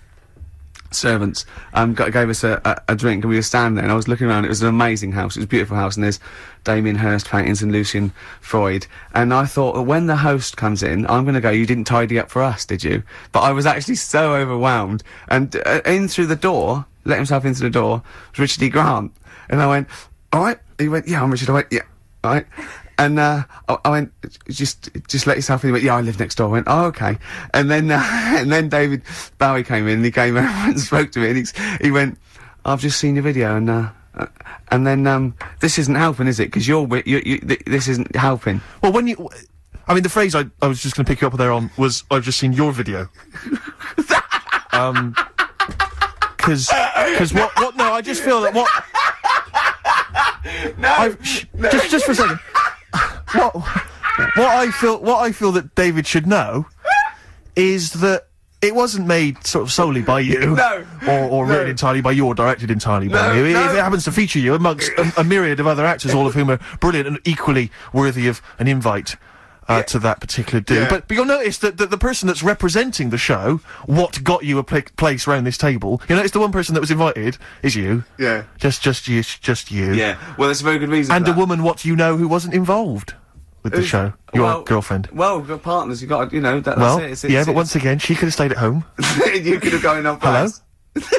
S1: servants um got, gave us a, a, a drink, and we were standing there. And I was looking around. It was an amazing house. It was a beautiful house, and there's Damien Hirst paintings and Lucian Freud. And I thought, well, when the host comes in, I'm going to go. You didn't tidy up for us, did you? But I was actually so overwhelmed. And uh, in through the door, let himself in through the door was Richard E. Grant. And I went, all right. He went, yeah, I'm Richard. I went, yeah, all right. And uh, I, I went, just just let yourself in. He went, yeah, I live next door. I went, oh, okay. And then uh, [laughs] and then David Bowie came in. and He came [laughs] over and spoke to me. And he's, he went, I've just seen your video and. Uh, uh, and then um, this isn't helping, is it? Because you're, wi- you, you, th- this isn't helping.
S2: Well, when you. I mean, the phrase I, I was just going to pick you up there on was I've just seen your video. um. Because. Because what. What. No, I just feel that what.
S1: No,
S2: I've, shh, just, just for a second. What, what I feel, what I feel that David should know, is that it wasn't made sort of solely by
S1: [laughs]
S2: you,
S1: No,
S2: or, or
S1: no.
S2: written entirely by you, or directed entirely by
S1: No,
S2: you. It-
S1: no.
S2: It, happens to feature you amongst a, a myriad of other actors, all of whom are brilliant and equally worthy of an invite. Uh, To that particular do,
S1: Yeah.
S2: but, but you'll notice that, that the person that's representing the show, what got you a pla- place round this table, you notice the one person that was invited is you.
S1: Yeah.
S2: Just, just you, just you.
S1: yeah. Well, there's a very good reason.
S2: And
S1: for
S2: a
S1: that.
S2: woman, what do you know, who wasn't involved with the
S1: Who's-
S2: show? Your
S1: well,
S2: girlfriend.
S1: Well, your partners. You got, to you know, that, that's
S2: well,
S1: it. It's,
S2: yeah,
S1: it's,
S2: but once again, she could have stayed at home.
S1: once [laughs] you could have gone on.
S2: Hello?
S1: first. [laughs]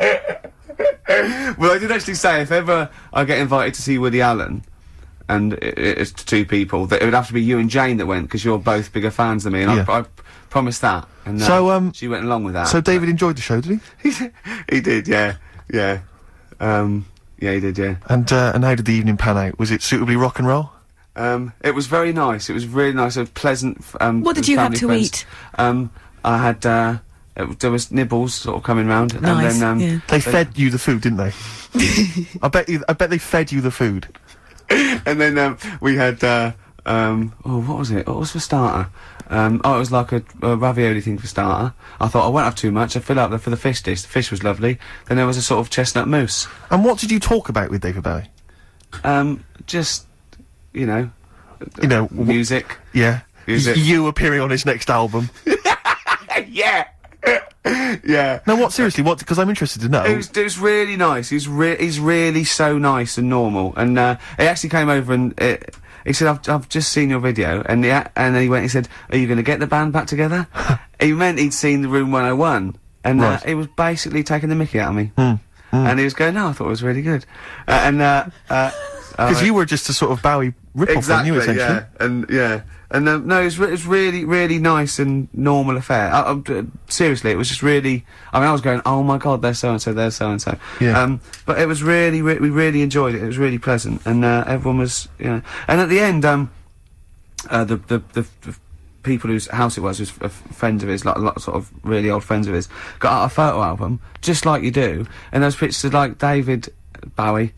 S1: Well, I did actually say if ever I get invited to see Woody Allen, and i i- it's two people, that it would have to be you and Jane that went because you're both bigger fans than me, and
S2: Yeah.
S1: I, I promised that. And uh,
S2: So, um,
S1: she went along with that.
S2: So David enjoyed the show, did he?
S1: [laughs] he did, yeah, yeah, um, yeah, he did, yeah.
S2: And uh, and how did the evening pan out? Was it suitably rock and roll?
S1: Um, it was very nice. It was really nice. A pleasant. f- Um,
S3: What did you have
S1: family
S3: to
S1: friends.
S3: eat?
S1: Um, I had. Uh, it, there was nibbles sort of coming round,
S3: Nice,
S1: and then um,
S3: yeah.
S2: They fed you the food, didn't they? I bet you. I bet they fed you the food.
S1: [laughs] and then um, we had uh, um, oh what was it? What was for starter? Um, oh, it was like a, a ravioli thing for starter. I thought I won't have too much. I fill up the- for the fish dish. The fish was lovely. Then there was a sort of chestnut mousse.
S2: And what did you talk about with David Bowie?
S1: Um, just you know,
S2: You know, wh-
S1: music.
S2: yeah,
S1: Is
S2: Y-
S1: it-
S2: you appearing on his next album.
S1: [laughs] yeah, [laughs] yeah.
S2: no, what seriously? What? Because I'm interested to know.
S1: It was, it was really nice. He's re- he's really so nice and normal. And uh, he actually came over and uh, he said, "I've I've just seen your video." And he, a- and then he went. He said, "Are you going to get the band back together?" he meant he'd seen the Room 101, and
S2: Right.
S1: uh, he was basically taking the Mickey out of me. And he was going, "No, I thought it was really good." Uh, and uh, uh,
S2: Because you were just a sort of Bowie rip-off, weren't you? Essentially.
S1: yeah, and yeah, and um, no, it was, re- it was really, really nice and normal affair. I, I, uh, seriously, it was just really. I mean, I was going, oh my god, there's so and so, there's so and so.
S2: Yeah.
S1: Um, but it was really, re- we really enjoyed it. It was really pleasant, and uh, everyone was, you know. And at the end, um, uh, the, the the the people whose house it was, who's f- f- friends of his, like a lot sort of really old friends of his, got out a photo album just like you do, and those pictures of like David Bowie.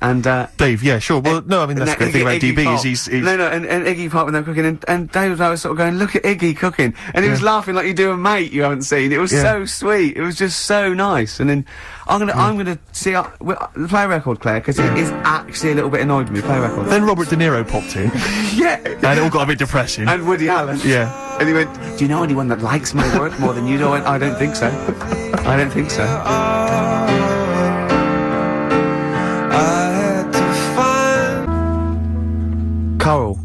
S1: And uh,
S2: Dave, yeah, sure. Well, no, I mean that's
S1: and
S2: the
S1: that
S2: thing about
S1: Iggy- Iggy
S2: DB
S1: Pop.
S2: is he's, he's
S1: no, no, and, and Iggy Pop when they're cooking, and, and David was sort of going, "Look at Iggy cooking," and he was laughing like you do a mate you haven't seen. It was
S2: Yeah.
S1: so sweet. It was just so nice. And then I'm gonna, I'm gonna see, uh, we- uh, play a record, Claire, because it is actually a little bit annoyed me. Play a record. [laughs]
S2: Then Robert De Niro popped in,
S1: yeah.
S2: and it all got a bit depressing.
S1: And Woody Allen.
S2: yeah.
S1: And he went, "Do you know anyone that likes my work more than you do?" I went, "I don't think so. I don't think so." Coral,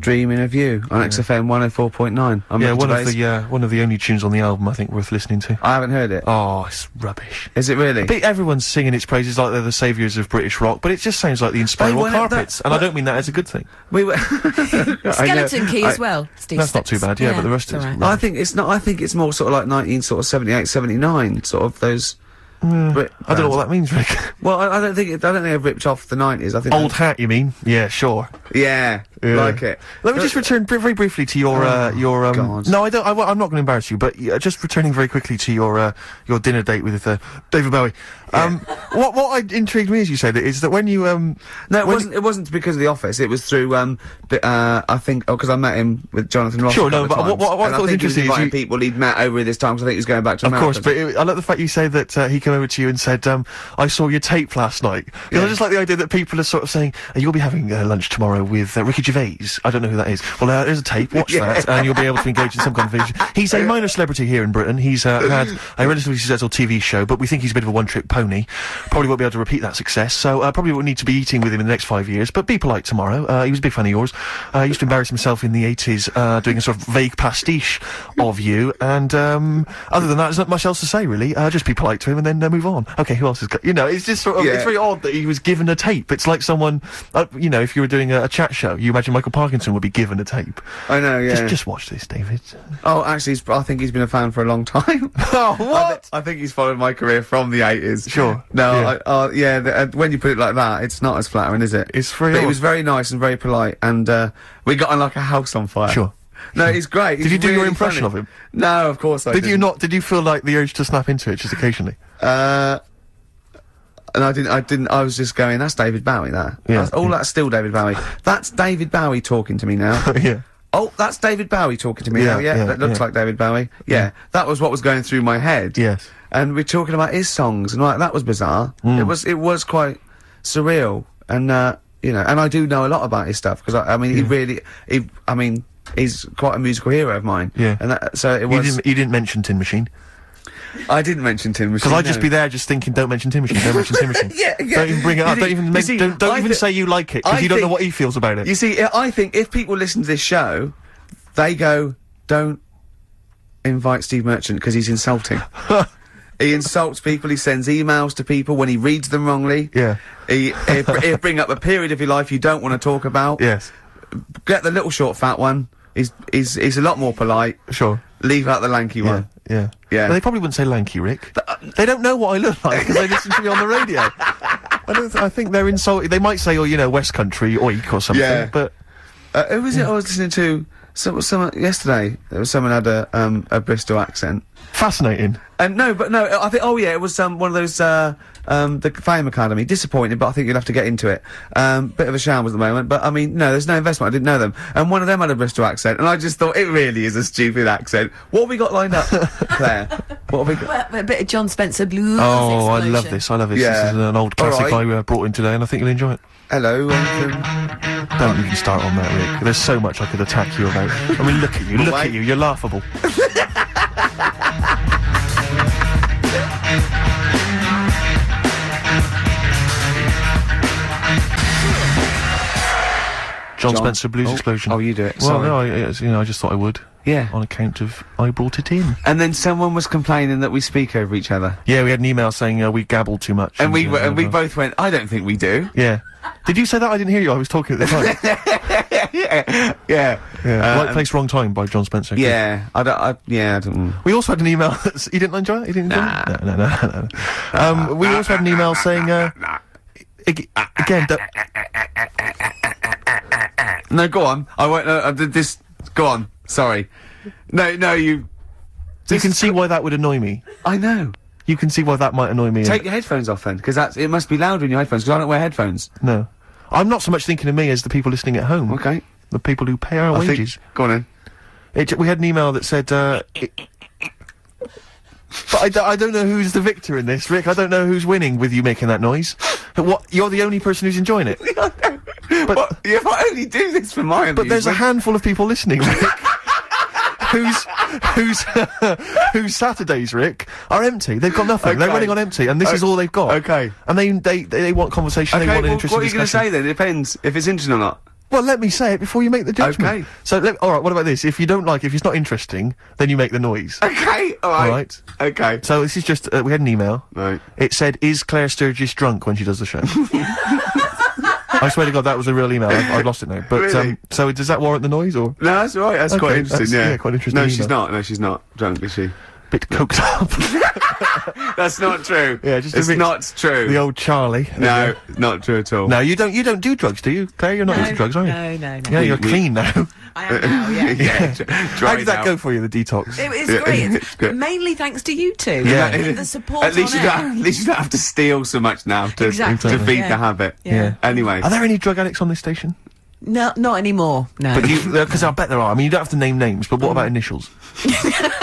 S1: dreaming of you on XFM 104.9. I'm
S2: Yeah,
S1: Ricky
S2: one of
S1: Gervais.
S2: the uh, one of the only tunes on the album I think worth listening to.
S1: I haven't heard it.
S2: Oh, it's rubbish.
S1: Is it really?
S2: But everyone's singing its praises like they're the saviours of British rock, but it just sounds like the
S1: They
S2: Inspiral
S1: went at that-
S2: Carpets, and I don't mean that as a good thing.
S1: We
S2: [laughs]
S1: were I know.
S3: [laughs] Skeleton Key as well. Steve
S2: That's not too
S3: Sticks.
S2: bad, yeah, but the rest
S3: it's
S2: of it's
S3: all right.
S1: I think it's not. I think it's more sort of like 19 sort of 78, 79, sort of those Brit
S2: I don't know
S1: bands.
S2: what that means, Rick.
S1: Well, I, I don't think it, I don't think I've ripped off the nineties. I think
S2: Old hat, you mean? Yeah, sure.
S1: I- yeah,
S2: Yeah.
S1: like it.
S2: Let me just return br- very briefly to your uh,
S1: Oh,
S2: your. Um,
S1: God.
S2: No, I don't. I, am not going to embarrass you, but uh, just returning very quickly to your uh, your dinner date with uh, David Bowie. Um, what what I, intrigued me as you said it is that when you um
S1: No, it
S2: when-
S1: wasn't. It wasn't because of the office. It was through um, b- uh, I think because I met him with Jonathan Ross.
S2: Sure,
S1: a couple
S2: no,
S1: of
S2: but what-
S1: times,
S2: what- what I
S1: and
S2: thought was
S1: think he
S2: interesting is
S1: inviting
S2: you-
S1: people he'd met over this time because I think he was going back to
S2: Of
S1: America.
S2: course, but it, I like the fact you say that uh, he came over to you and said, um, "I saw your tape last night." 'Cause I
S1: Yeah.
S2: just like the idea that people are sort of saying, uh, "You'll be having uh, lunch tomorrow with uh, Ricky Gervais." I don't know who that is. Well, uh, there's a tape. Watch
S1: Yeah.
S2: that, and you'll be able to engage in some conversation. He's a minor celebrity here in Britain. He's uh, had
S1: [laughs]
S2: a relatively successful TV show, but we think he's a bit of a one-trick pony. Probably won't be able to repeat that success. So uh, probably won't need to be eating with him in the next five years. But be polite tomorrow. Uh, he was a big fan of yours. Uh, he used to embarrass himself in the 80s uh, doing a sort of vague pastiche of you. And um, other than that, there's not much else to say really. Uh, just be polite to him and then uh, move on. Okay, who else has got? You know, it's just sort of it's
S1: Yeah.
S2: very odd that he was given a tape. It's like someone, uh, you know, if you were doing a, a chat show, you imagine Michael Parkinson would be given a tape.
S1: I know. Yeah.
S2: Just, just watch this, David.
S1: Oh, actually, he's, I think he's been a fan for a long time.
S2: [laughs] Oh,
S1: I, thi- I think he's followed my career from the eighties.
S2: Sure,
S1: No,
S2: yeah.
S1: I, uh, yeah. The, uh, when you put it like that, it's not as flattering, is it?
S2: It's very
S1: But he
S2: odd.
S1: was very nice and very polite, and uh, we got on like a house on fire.
S2: Sure.
S1: No, he's great.
S2: Did
S1: He's
S2: you do your
S1: really
S2: impression
S1: funny.
S2: of him?
S1: No, of course I
S2: Did you
S1: didn't.
S2: not? Did you feel like the urge to snap into it just occasionally?
S1: Uh, and I didn't. I didn't. I was just going. That's David Bowie. That.
S2: Yeah.
S1: That's, all that's still David Bowie. That's David Bowie talking to me now.
S2: [laughs] yeah.
S1: oh, that's David Bowie talking to me
S2: Yeah,
S1: now. Yeah,
S2: yeah,
S1: that looks
S2: yeah.
S1: like David Bowie. Yeah. that was what was going through my head.
S2: Yes. Hmm.
S1: And we're talking about his songs, and like that was bizarre. It was. It was quite surreal, and uh, you know, and I do know a lot about his stuff because I, I mean, he really. He. I mean. He's quite a musical hero of mine.
S2: Yeah.
S1: And that, so it
S2: You
S1: was.
S2: didn't, you didn't mention Tin Machine.
S1: I didn't mention Tim
S2: Because I'd just be there just thinking, don't mention Tim Machine, don't mention Tim Machine.
S1: [laughs] Yeah, yeah.
S2: Don't even bring it
S1: You
S2: up.
S1: see-
S2: don't even,
S1: you
S2: men-
S1: see,
S2: don't, don't
S1: I
S2: even
S1: thi-
S2: say you like it, because
S1: I
S2: you don't know
S1: think-
S2: what he feels about it.
S1: You see, I I think if people listen to this show, they go, "Don't invite Steve Merchant because he's
S2: [laughs]
S1: insulting." he insults people. He sends emails to people when he reads them wrongly.
S2: Yeah.
S1: He he'll, he'll bring up a period of your life you don't want to talk about.
S2: Yes.
S1: Get the little short fat one. He's he's he's a lot more polite.
S2: Sure.
S1: Leave out the lanky
S2: Yeah.
S1: one.
S2: Yeah.
S1: Yeah. uh,
S2: They probably wouldn't say lanky, Rick. they don't know what I look like because they listen to me on
S1: [laughs]
S2: the radio. I don't. Th- I think they're insulted. They might say, "Oh, you know, West Country oik or something."
S1: Yeah.
S2: But
S1: Uh, who was it I was listening to? Some, someone yesterday. There was someone had a um a Bristol accent.
S2: fascinating.
S1: Um, no, but no, I think. Oh yeah, it was um, one of those. Uh, um, the Fame Academy. Disappointed, but I think you'll have to get into it. Um, bit of a shambles at the moment, but I mean, no, there's no investment. I didn't know them, and one of them had a Bristol accent, and I just thought it really is a stupid accent. What have we got lined up, Claire? What have we got?
S3: Well, a bit of John Spencer blues.
S2: Oh, I love
S3: explosion.
S2: this. I love this.
S1: Yeah.
S2: This is an old
S1: All
S2: classic
S1: right.
S2: I uh, brought in today, and I think you'll enjoy it.
S1: Hello. um,
S2: Don't even start on that, Rick. There's so much I could attack you about. I mean, look at you. Look at
S1: Wait.
S2: you.
S1: [laughs]
S2: You're laughable. John,
S1: John.
S2: Spencer Blues
S1: Oh,
S2: Explosion.
S1: oh, you do it.
S2: Well,
S1: Sorry.
S2: no, I, it's- you know, I just thought I would.
S1: Yeah.
S2: On account of I brought it in.
S1: and then someone was complaining that we speak over each other,
S2: Yeah, we had an email saying uh, we gabbled too much.
S1: and we
S2: uh,
S1: were, and we both went, "I don't think we do." [laughs]
S2: Yeah. Did you say that? I didn't hear you. I was talking at the time.
S1: yeah. Yeah.
S2: yeah.
S1: Uh,
S2: right place, wrong time by John Spencer. Good.
S1: yeah. I don't. I, yeah. I don't.
S2: We also had an email. [laughs] That's, you didn't enjoy it? You didn't enjoy it? No, no, no, no. no. Um, we also had an email saying, uh, ag- again, don't-
S1: No, go on. I won't. Uh, uh, th- this. Go on. Sorry. No, no. You.
S2: you can see why that would annoy me.
S1: I know.
S2: You can see why that might annoy me.
S1: Take your headphones off then, because that's. It must be louder in your headphones. Because I don't wear headphones.
S2: no. I'm not so much thinking of me as the people listening at home.
S1: Okay.
S2: The people who pay our
S1: I think-
S2: wages.
S1: Go on then.
S2: It, we had an email that said, uh, it- but I, do- I don't know who's the victor in this, Rick. I don't know who's winning with you making that noise. What? You're the only person who's enjoying it.
S1: But [laughs] if I only do this for my.
S2: But there's a handful of people listening,
S1: [laughs]
S2: Rick. whose whose [laughs] whose Saturdays, Rick, are empty. They've got nothing. They're
S1: Okay.
S2: running on empty, and this is
S1: O-
S2: all they've got.
S1: okay.
S2: And they they they, they want conversation.
S1: Okay,
S2: they want
S1: well,
S2: an
S1: what
S2: interesting
S1: are you going to
S2: discussion.
S1: say then? It depends if it's interesting or not.
S2: Well, let me say it before you make the judgment.
S1: Okay.
S2: So, let, all right. What about this? If you don't like, if it's not interesting, then you make the noise.
S1: Okay, all right.
S2: All right.
S1: Okay.
S2: So this is just uh, we had an email.
S1: Right.
S2: It said, "Is Claire Sturgis drunk when she does
S1: [laughs]
S2: the show?" I swear to God, that was a real email. I've, I've lost it now. But
S1: Really?
S2: um, so does that warrant the noise or?
S1: No, that's all right. That's
S2: Okay,
S1: quite interesting.
S2: that's-
S1: yeah.
S2: yeah, quite interesting
S1: No,
S2: email.
S1: she's not. No, she's not drunk, is she?
S2: bit coked up.
S1: That's not true.
S2: [laughs] Yeah, just a
S1: it's
S2: bit-
S1: not true.
S2: the old Charlie. [laughs]
S1: no, not true at all.
S2: No, you don't. You don't do drugs, do you, Claire? You're not into drugs, are you?
S3: No, no, no.
S2: Yeah, you're
S1: We- we- [laughs]
S2: clean now.
S3: I am now,
S2: [laughs]
S3: yeah.
S1: [laughs] yeah, dr-
S2: How
S1: dried
S2: did that
S1: out.
S2: go for you, the detox?
S3: It was
S1: Yeah.
S3: great.
S1: It's good.
S3: It's mainly thanks to you two.
S2: Yeah.
S3: And
S2: [laughs]
S3: the support
S1: At least
S3: on
S1: you don't.
S3: air.
S1: At least you don't have to steal so much now to
S3: Exactly.
S1: to feed
S3: Yeah.
S1: the habit.
S3: Yeah.
S1: Anyway,
S2: Are there any drug addicts on this station?
S3: No, not anymore. No.
S2: But you, because I bet there are. I mean, you don't have to name names, but what about
S3: Mm.
S2: initials?
S3: [laughs]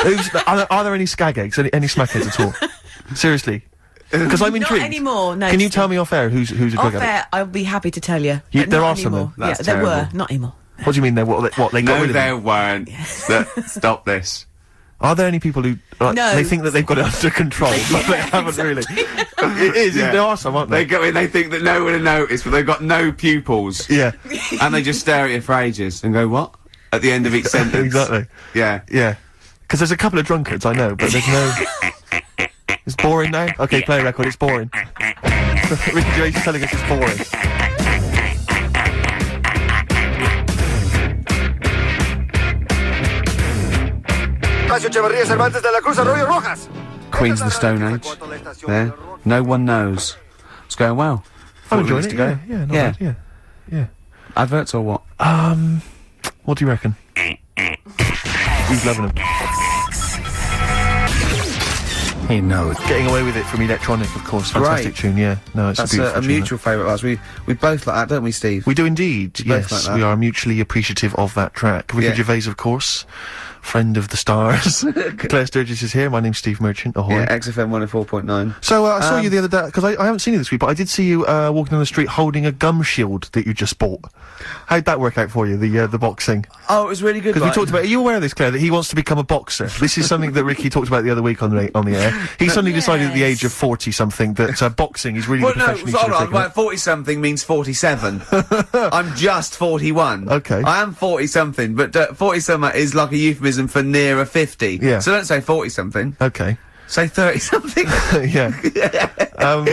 S2: Who's, are, there, are there any skag eggs? Any, any smack heads
S3: [laughs]
S2: at all? Seriously,
S1: Um,
S2: because I'm
S3: Not
S2: intrigued.
S3: anymore, no,
S2: Can you
S3: Steve.
S2: tell me off air who's who's a
S3: off
S2: drug addict?
S3: air, I'll be happy to tell you.
S2: You-
S3: but
S2: there
S3: not
S2: are some
S3: anymore.
S1: then. That's
S3: yeah, there were.
S1: terrible.
S3: Not anymore.
S2: What do you mean? They what? They, what they got
S1: no,
S2: rid of
S1: there
S2: them?
S1: weren't. [laughs] Look, Stop this.
S2: Are there any people who like,
S3: No.
S2: they think that they've got it
S3: [laughs]
S2: under control, but they haven't really? it is.
S1: Yeah.
S2: There are some, aren't
S1: They
S2: there?
S1: go in, they think that no one will notice, but they've got no pupils.
S2: yeah,
S1: and they just stare at you for ages and go, what? At the end [laughs] of each sentence.
S2: exactly.
S1: Yeah.
S2: Yeah, because there's a couple of drunkards I know, but there's no. it's boring now. Okay, play a record. It's boring. [laughs] Ricky Gervais is telling us it's boring.
S4: Ignacio Echeverría Cervantes de la Cruz Arroyo Rojas.
S1: Queen's of the Stone Age. There. No one knows. It's going well. 40
S2: I'm enjoying
S1: minutes
S2: it.
S1: to go.
S2: Yeah, yeah, not
S1: Yeah.
S2: bad, yeah, yeah.
S1: Adverts or what?
S2: Um, what do you reckon? Who's loving them?
S1: He knows.
S2: Getting away with it from electronic, of course.
S1: Great.
S2: Fantastic tune, yeah. No, it's
S1: That's
S2: a
S1: a,
S2: beautiful
S1: a
S2: tune, that.
S1: mutual favourite of ours. We, we both like that, don't we, Steve?
S2: We do indeed.
S1: both
S2: Yes,
S1: like that.
S2: we are mutually appreciative of that track. Ricky
S1: Yeah.
S2: Gervais, of course, friend of
S1: [laughs]
S2: the stars. Claire Sturgis is here. My name's Steve Merchant. Ahoy.
S1: yeah, Um, XFM 104.9.
S2: So uh, I saw you the other day because I, I haven't seen you this week, but I did see you uh, walking down the street holding a gum shield that you just bought. How'd that work out for you? The uh, the boxing
S1: Oh, it was really good.
S2: because
S1: like-
S2: we talked about. Are you aware of this, Claire? That he wants to become a boxer. This is something that Ricky talked about the other week on the on the air. He suddenly decided at the age of forty something that uh, boxing is really
S1: Well,
S2: the
S1: no,
S2: profession he should
S1: hold
S2: have
S1: on.
S2: taken
S1: Right,
S2: up.
S1: 40 something means 47. I'm just 41.
S2: Okay.
S1: I am 40 something, but uh, 40 something is like a euphemism for nearer 50.
S2: Yeah.
S1: So don't say 40 something.
S2: Okay.
S1: Say 30
S2: [laughs]
S1: something.
S2: yeah. Um,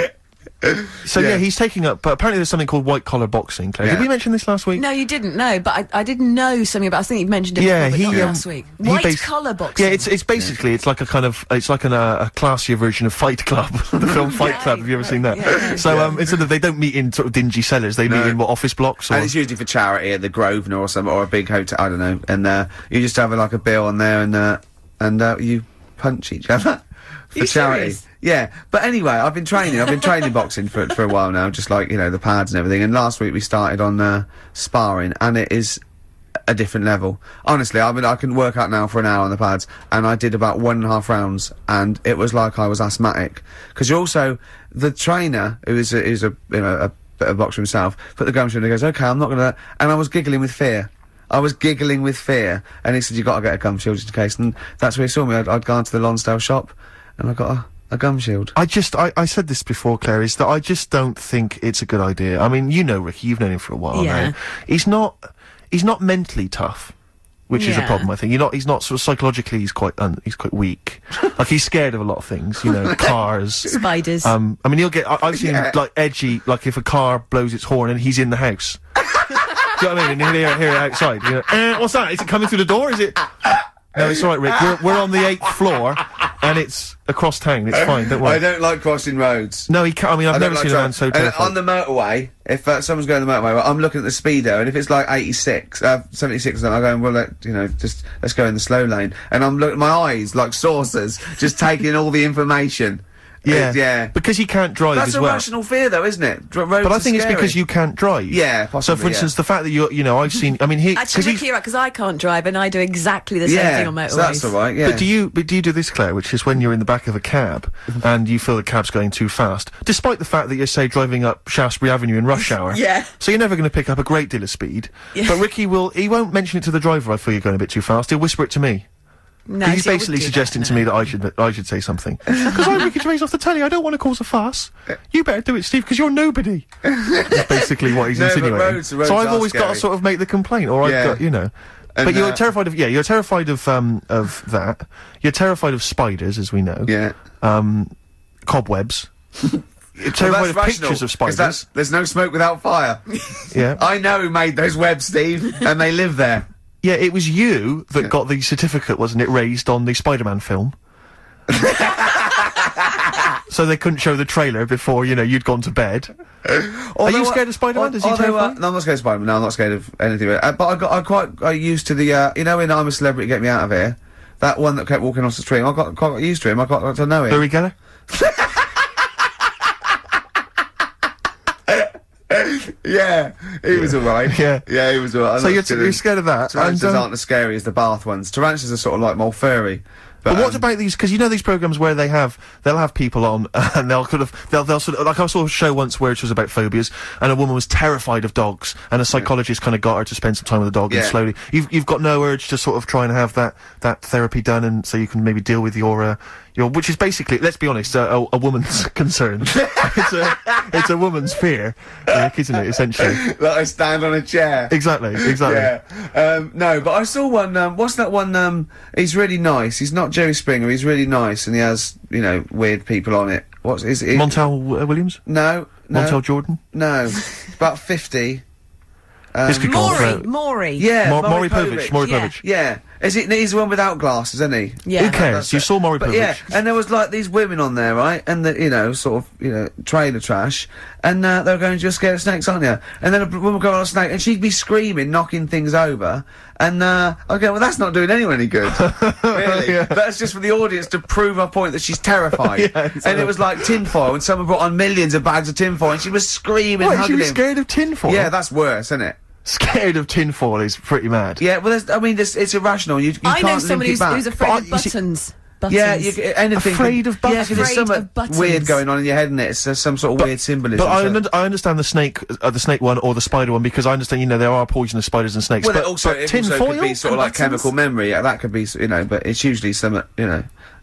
S2: so yeah.
S1: Yeah.
S2: he's taking up. But apparently there's something called white collar boxing. Claire, did
S1: Yeah.
S2: we mention this last week?
S3: No, you didn't know, but I, I didn't know something about. I think you mentioned it.
S2: Yeah,
S3: before,
S2: he
S3: but not
S2: um,
S3: last week.
S2: he
S3: White
S2: bas-
S3: collar boxing.
S2: Yeah, it's it's basically it's like a kind of it's like an, uh, a classier version of Fight Club, [laughs] the film Fight Club. Have you ever seen that?
S3: Yeah, yeah.
S2: So um, instead of they don't meet in sort of dingy cellars, they
S1: No.
S2: meet in what office blocks or
S1: And it's usually for charity at the Grosvenor or some or a big hotel. I don't know. And uh, you just have uh, like a bill on there, and uh, and uh, you punch each other for
S3: You
S1: charity.
S3: serious?
S1: Yeah. But anyway, I've been training. I've
S3: [laughs]
S1: been training boxing for for a while now, just like you know the pads and everything. And last week we started on uh, sparring, and it is a different level. Honestly, I mean I can work out now for an hour on the pads, and I did about one and a half rounds, and it was like I was asthmatic because you also the trainer who is a, who's a you know a bit of a boxer himself, put the gum shield and he goes, okay, I'm not gonna. And I was giggling with fear. I was giggling with fear. And he said, you got to get a gum shield just in case. And that's where he saw me. I'd, I'd gone to the Lonsdale shop and I got a, a gum shield.
S2: I just, I, I said this before, Claire, is that I just don't think it's a good idea. I mean, you know Ricky, you've known him for a while
S3: Yeah.
S2: now. He's not, he's not mentally tough, which is a
S3: Yeah.
S2: problem, I think. You're not, he's not sort of psychologically, he's quite, un, he's
S3: [laughs]
S2: quite weak. like, he's scared of a lot of things, you know, cars.
S3: spiders.
S2: Um, I mean, he'll get, I, I've seen him,
S1: Yeah.
S2: like, edgy, like, if a car blows its horn and he's in
S3: [laughs]
S2: the house. Do you know what I mean? And he'll hear, hear it outside. You know, eh, what's that? Is it coming through the door? Is it? No, it's all right, Rick. We're, we're on the eighth floor, and it's across town. It's fine. Don't worry.
S1: I don't like crossing roads.
S2: No, he can't. I mean, I've
S1: I don't
S2: never
S1: like
S2: seen a man
S1: driving.
S2: so
S1: and
S2: terrified.
S1: on the motorway, if uh, someone's going on the motorway, well, I'm looking at the speedo, and if it's like 86, uh, 76, then I'm going, well, let, you know, just let's go in the slow lane. And I'm looking, my eyes like saucers, just taking all the information.
S2: [laughs] yeah,
S1: Uh, yeah.
S2: because he can't drive
S1: That's
S2: as
S1: a
S2: well.
S1: rational fear, though, isn't it? Dr- roads
S2: But I
S1: are
S2: think it's
S1: scary.
S2: because you can't drive.
S1: Yeah,
S2: So,
S1: possibly,
S2: for instance, the fact that you, are you know, I've seen. I mean, he. 'cause
S3: Actually,
S2: he's-
S3: Ricky, right? Because I can't drive, and I do exactly the same thing on motorways.
S1: so that's all right. Yeah.
S2: But do you? But do you do this, Claire? Which is when you're in the back of a cab
S1: Mm-hmm.
S2: and you feel the cab's going too fast, despite the fact that you're say driving up Shaftesbury Avenue in rush hour.
S3: Yeah.
S2: So you're never going to pick up a great deal of speed. But Ricky will. He won't mention it to the driver. I feel you're going a bit too fast. He'll whisper it to me.
S3: No,
S2: he's
S3: see, I wouldn't
S2: basically
S3: do that,
S2: suggesting
S3: no.
S2: to me that I should I should say
S1: [laughs]
S2: something because I'm Ricky Gervais off the telly. I don't want to cause a fuss.
S1: Uh,
S2: You better do it, Steve, because you're
S1: [laughs]
S2: nobody. That's basically what he's
S1: No, but
S2: insinuating.
S1: roads- roads
S2: so I've
S1: are
S2: always got to
S1: scary.
S2: sort of make the complaint, or
S1: Yeah.
S2: I've got you know.
S1: And,
S2: but you're
S1: uh,
S2: terrified of yeah, you're terrified of um of that. You're terrified of spiders, as we know.
S1: Yeah.
S2: Um,
S1: [laughs]
S2: cobwebs. you're
S1: Well,
S2: terrified of
S1: that's rational,
S2: pictures of
S1: 'cause
S2: spiders.
S1: that's- There's no smoke without
S2: [laughs]
S1: fire.
S2: yeah.
S1: I know who made those webs, Steve, and they live there.
S2: Yeah, it was you that got the certificate, wasn't it, raised on the Spider-Man film? so they couldn't show the trailer before you know you'd gone to bed. Are
S1: Although
S2: you
S1: I-
S2: scared of Spider-Man? Does he
S1: although,
S2: terrify?
S1: uh,
S2: you?
S1: no, I'm not scared of Spider-Man. No, I'm not scared of anything. Uh, but I got I quite got used to the uh, you know when I'm a celebrity, get me out of here. That one that kept walking off the street. I got quite got used to him. I got, got to know him.
S2: Barry Geller.
S1: Yeah, he was alright.
S2: [laughs] Yeah.
S1: yeah, he was alright. I'm
S2: So
S1: not
S2: you're, t-
S1: kidding.
S2: you're scared of that.
S1: Tarantulas
S2: and, um,
S1: aren't as scary as the bath ones. Tarantulas are sort of like more furry.
S2: But what
S1: um,
S2: about these? Because you know these programs where they have they'll have people on [laughs] and they'll kind of they'll they'll sort of like I saw a show once where it was about phobias and a woman was terrified of dogs and a psychologist kind of got her to spend some time with a dog and
S1: Yeah.
S2: slowly you've you've got no urge to sort of try and have that that therapy done and so you can maybe deal with your uh, your which is basically let's be honest uh, a, a woman's [laughs]
S1: [laughs]
S2: concern it's a it's a woman's fear like, isn't it essentially
S1: [laughs] that I stand on a chair?
S2: exactly exactly
S1: Yeah. Um, no, but I saw one. Um, what's that one? Um, he's really nice. He's not Jerry Springer. He's really nice, and he has you know weird people on it. What's is it?
S2: Montel uh, Williams
S1: no, no,
S2: Montel Jordan
S1: no. about fifty. Um,
S2: This could go on
S3: Maury,
S2: for-
S3: Maury.
S1: yeah,
S2: Maury
S1: Maury
S2: Povich Maury
S3: Yeah.
S2: Povich
S1: Yeah, is it? He's the one without glasses, isn't he?
S3: Yeah.
S2: who cares
S1: That's
S2: you
S1: it.
S2: saw Maury
S1: But
S2: Povich
S1: yeah, and there was like these women on there, right? And the you know sort of you know trailer trash, and uh, they were going, "You're scared of snakes, aren't you?" And then a b- woman would go on a snake, and she'd be screaming, knocking things over, and uh, I go, "Well, that's not doing anyone any
S2: [laughs]
S1: good." really,
S2: Yeah.
S1: that's just for the audience to prove her point that she's terrified.
S2: [laughs] Yeah,
S1: and it was like tinfoil, and someone brought on millions of bags of tinfoil, and she was screaming,
S2: Wait, she
S1: hugging
S2: was
S1: him.
S2: scared of tinfoil.
S1: Yeah, that's worse, isn't it?
S2: scared of tinfoil is pretty mad.
S1: Yeah, well, there's, I mean, there's, it's irrational. You, you
S3: I
S1: can't
S3: know somebody who's,
S1: link it back.
S3: who's afraid
S2: I-
S3: of
S2: you see-
S3: buttons. buttons.
S1: Yeah, you, c- anything.
S2: Afraid of buttons.
S1: Yeah, 'cause there's
S3: Afraid
S1: something
S3: of buttons.
S1: weird going on in your head, and it's uh, some sort of weird symbolism.
S2: But I,
S1: so-
S2: under- I understand the snake, uh, the snake one or the spider one because I understand you know there are poisonous spiders and snakes.
S1: well,
S2: but
S1: it also,
S2: but
S1: it
S2: tin
S1: also
S2: foil
S1: could be sort of
S2: and
S1: like
S2: buttons?
S1: chemical memory. Yeah, that could be, s- you know, but it's usually some, uh, you know.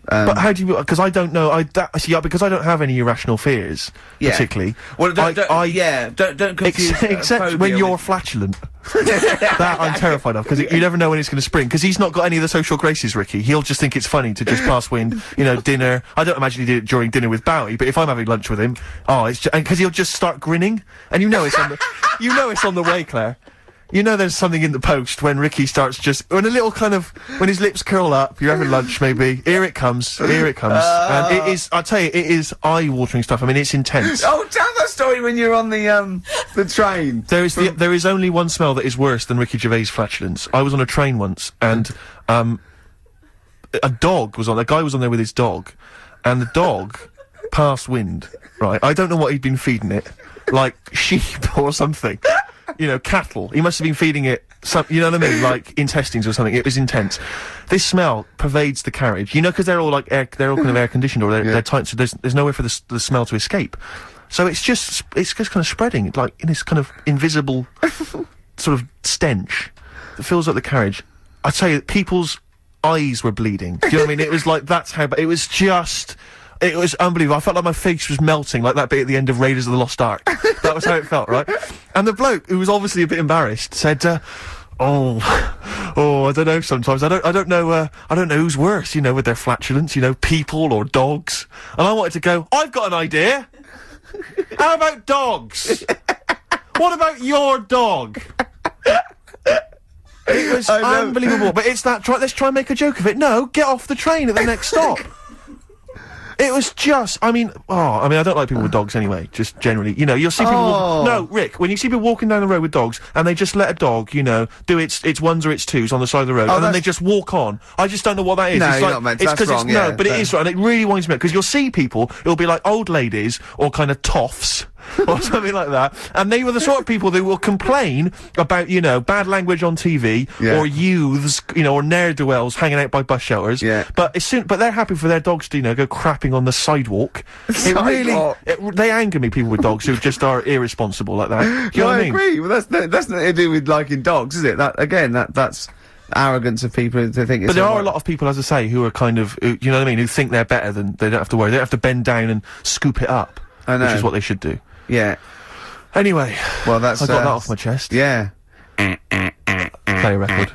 S1: Um,
S2: But how do you? Because I don't know. I that, see, yeah, because I don't have any irrational fears
S1: yeah.
S2: particularly.
S1: Well, don't,
S2: I,
S1: don't,
S2: I-
S1: yeah, don't, don't confuse.
S2: Ex-
S1: uh,
S2: except
S1: phobia
S2: when you're
S1: with- [laughs]
S2: flatulent. [laughs] that I'm terrified of because you never know when it's going to spring. Because he's not got any of the social graces, Ricky. He'll just think it's funny to just pass wind, you know, dinner. I don't imagine he did it during dinner with Bowie, but if I'm having lunch with him, oh, it's because he'll just start grinning, and you know it's on the, [laughs] you know it's on the way, Claire. You know there's something in the post when Ricky starts just when a little kind of when his lips curl up. You're having lunch, maybe. Here it comes. Here it comes. and it is. I tell you, it is eye-watering stuff. I mean, it's intense.
S1: Oh, tell that story when you're on the um the train.
S2: There is the, there is only one smell that is worse than Ricky Gervais' flatulence. I was on a train once, and um, a dog was on. A guy was on there with his dog, and the dog [laughs] passed wind. Right, I don't know what he'd been feeding it, like [laughs] sheep or something. You know, cattle. He must have been feeding it. Some, you know what I mean, like intestines or something. It was intense. This smell pervades the carriage. You know, because they're all like air, they're all kind of air conditioned or they're, they're tight, so there's there's nowhere for the, s- the smell to escape. So it's just it's just kind of spreading like in this kind of invisible sort of stench that fills up the carriage. I tell you, people's eyes were bleeding. Do you know what I mean? It was like that's how. But it was just. It was unbelievable. I felt like my face was melting, like that bit at the end of Raiders of the Lost Ark. that was how it felt, right? And the bloke, who was obviously a bit embarrassed, said, uh, "Oh, oh, I don't know. Sometimes I don't, I don't know. Uh, I don't know who's worse, you know, with their flatulence, you know, people or dogs." And I wanted to go, "I've got an idea. How about dogs? what about your dog?" It was
S1: know.
S2: unbelievable. But it's that. Try, let's try and make a joke of it. No, get off the train at the next stop. It was just. I mean, oh, I mean, I don't like people with dogs anyway. Just generally, you know, you'll see people.
S1: Oh.
S2: Walk, no, Rick, when you see people walking down the road with dogs and they just let a dog, you know, do its its ones or its twos on the side of the road, and then
S1: Oh, that's-
S2: they just walk on. I just don't know what that is.
S1: No,
S2: it's
S1: you're
S2: like,
S1: not meant to.
S2: It's
S1: That's
S2: because it's
S1: wrong,
S2: no,
S1: yeah,
S2: but it
S1: but-
S2: is right, and it really winds me up because you'll see people. It'll be like old ladies or kind of
S1: [laughs]
S2: toffs or something like that, and they were the sort of people that will complain about you know bad language on TV
S1: Yeah.
S2: or youths, you know, or ne'er do wells hanging out by bus shelters.
S1: Yeah.
S2: But as soon, but they're happy for their dogs to you know go crapping on
S1: [laughs]
S2: the sidewalk. It really,
S1: Sidewalk.
S2: it, they anger me. People with dogs who just are irresponsible like that. Do [laughs] you know
S1: I
S2: what I mean?
S1: agree. Well, that's no, that's nothing to do with liking dogs, is it? That again, that that's arrogance of people who think. It's
S2: But there
S1: all
S2: are a
S1: right.
S2: lot of people, as I say, who are kind of, who, you know what I mean, who think they're better than they don't have to worry. They don't have to bend down and scoop it up,
S1: I know.
S2: which is what they should do.
S1: Yeah.
S2: Anyway,
S1: Well, that's.
S2: I got
S1: uh,
S2: that off my chest.
S1: Yeah.
S2: Play a record.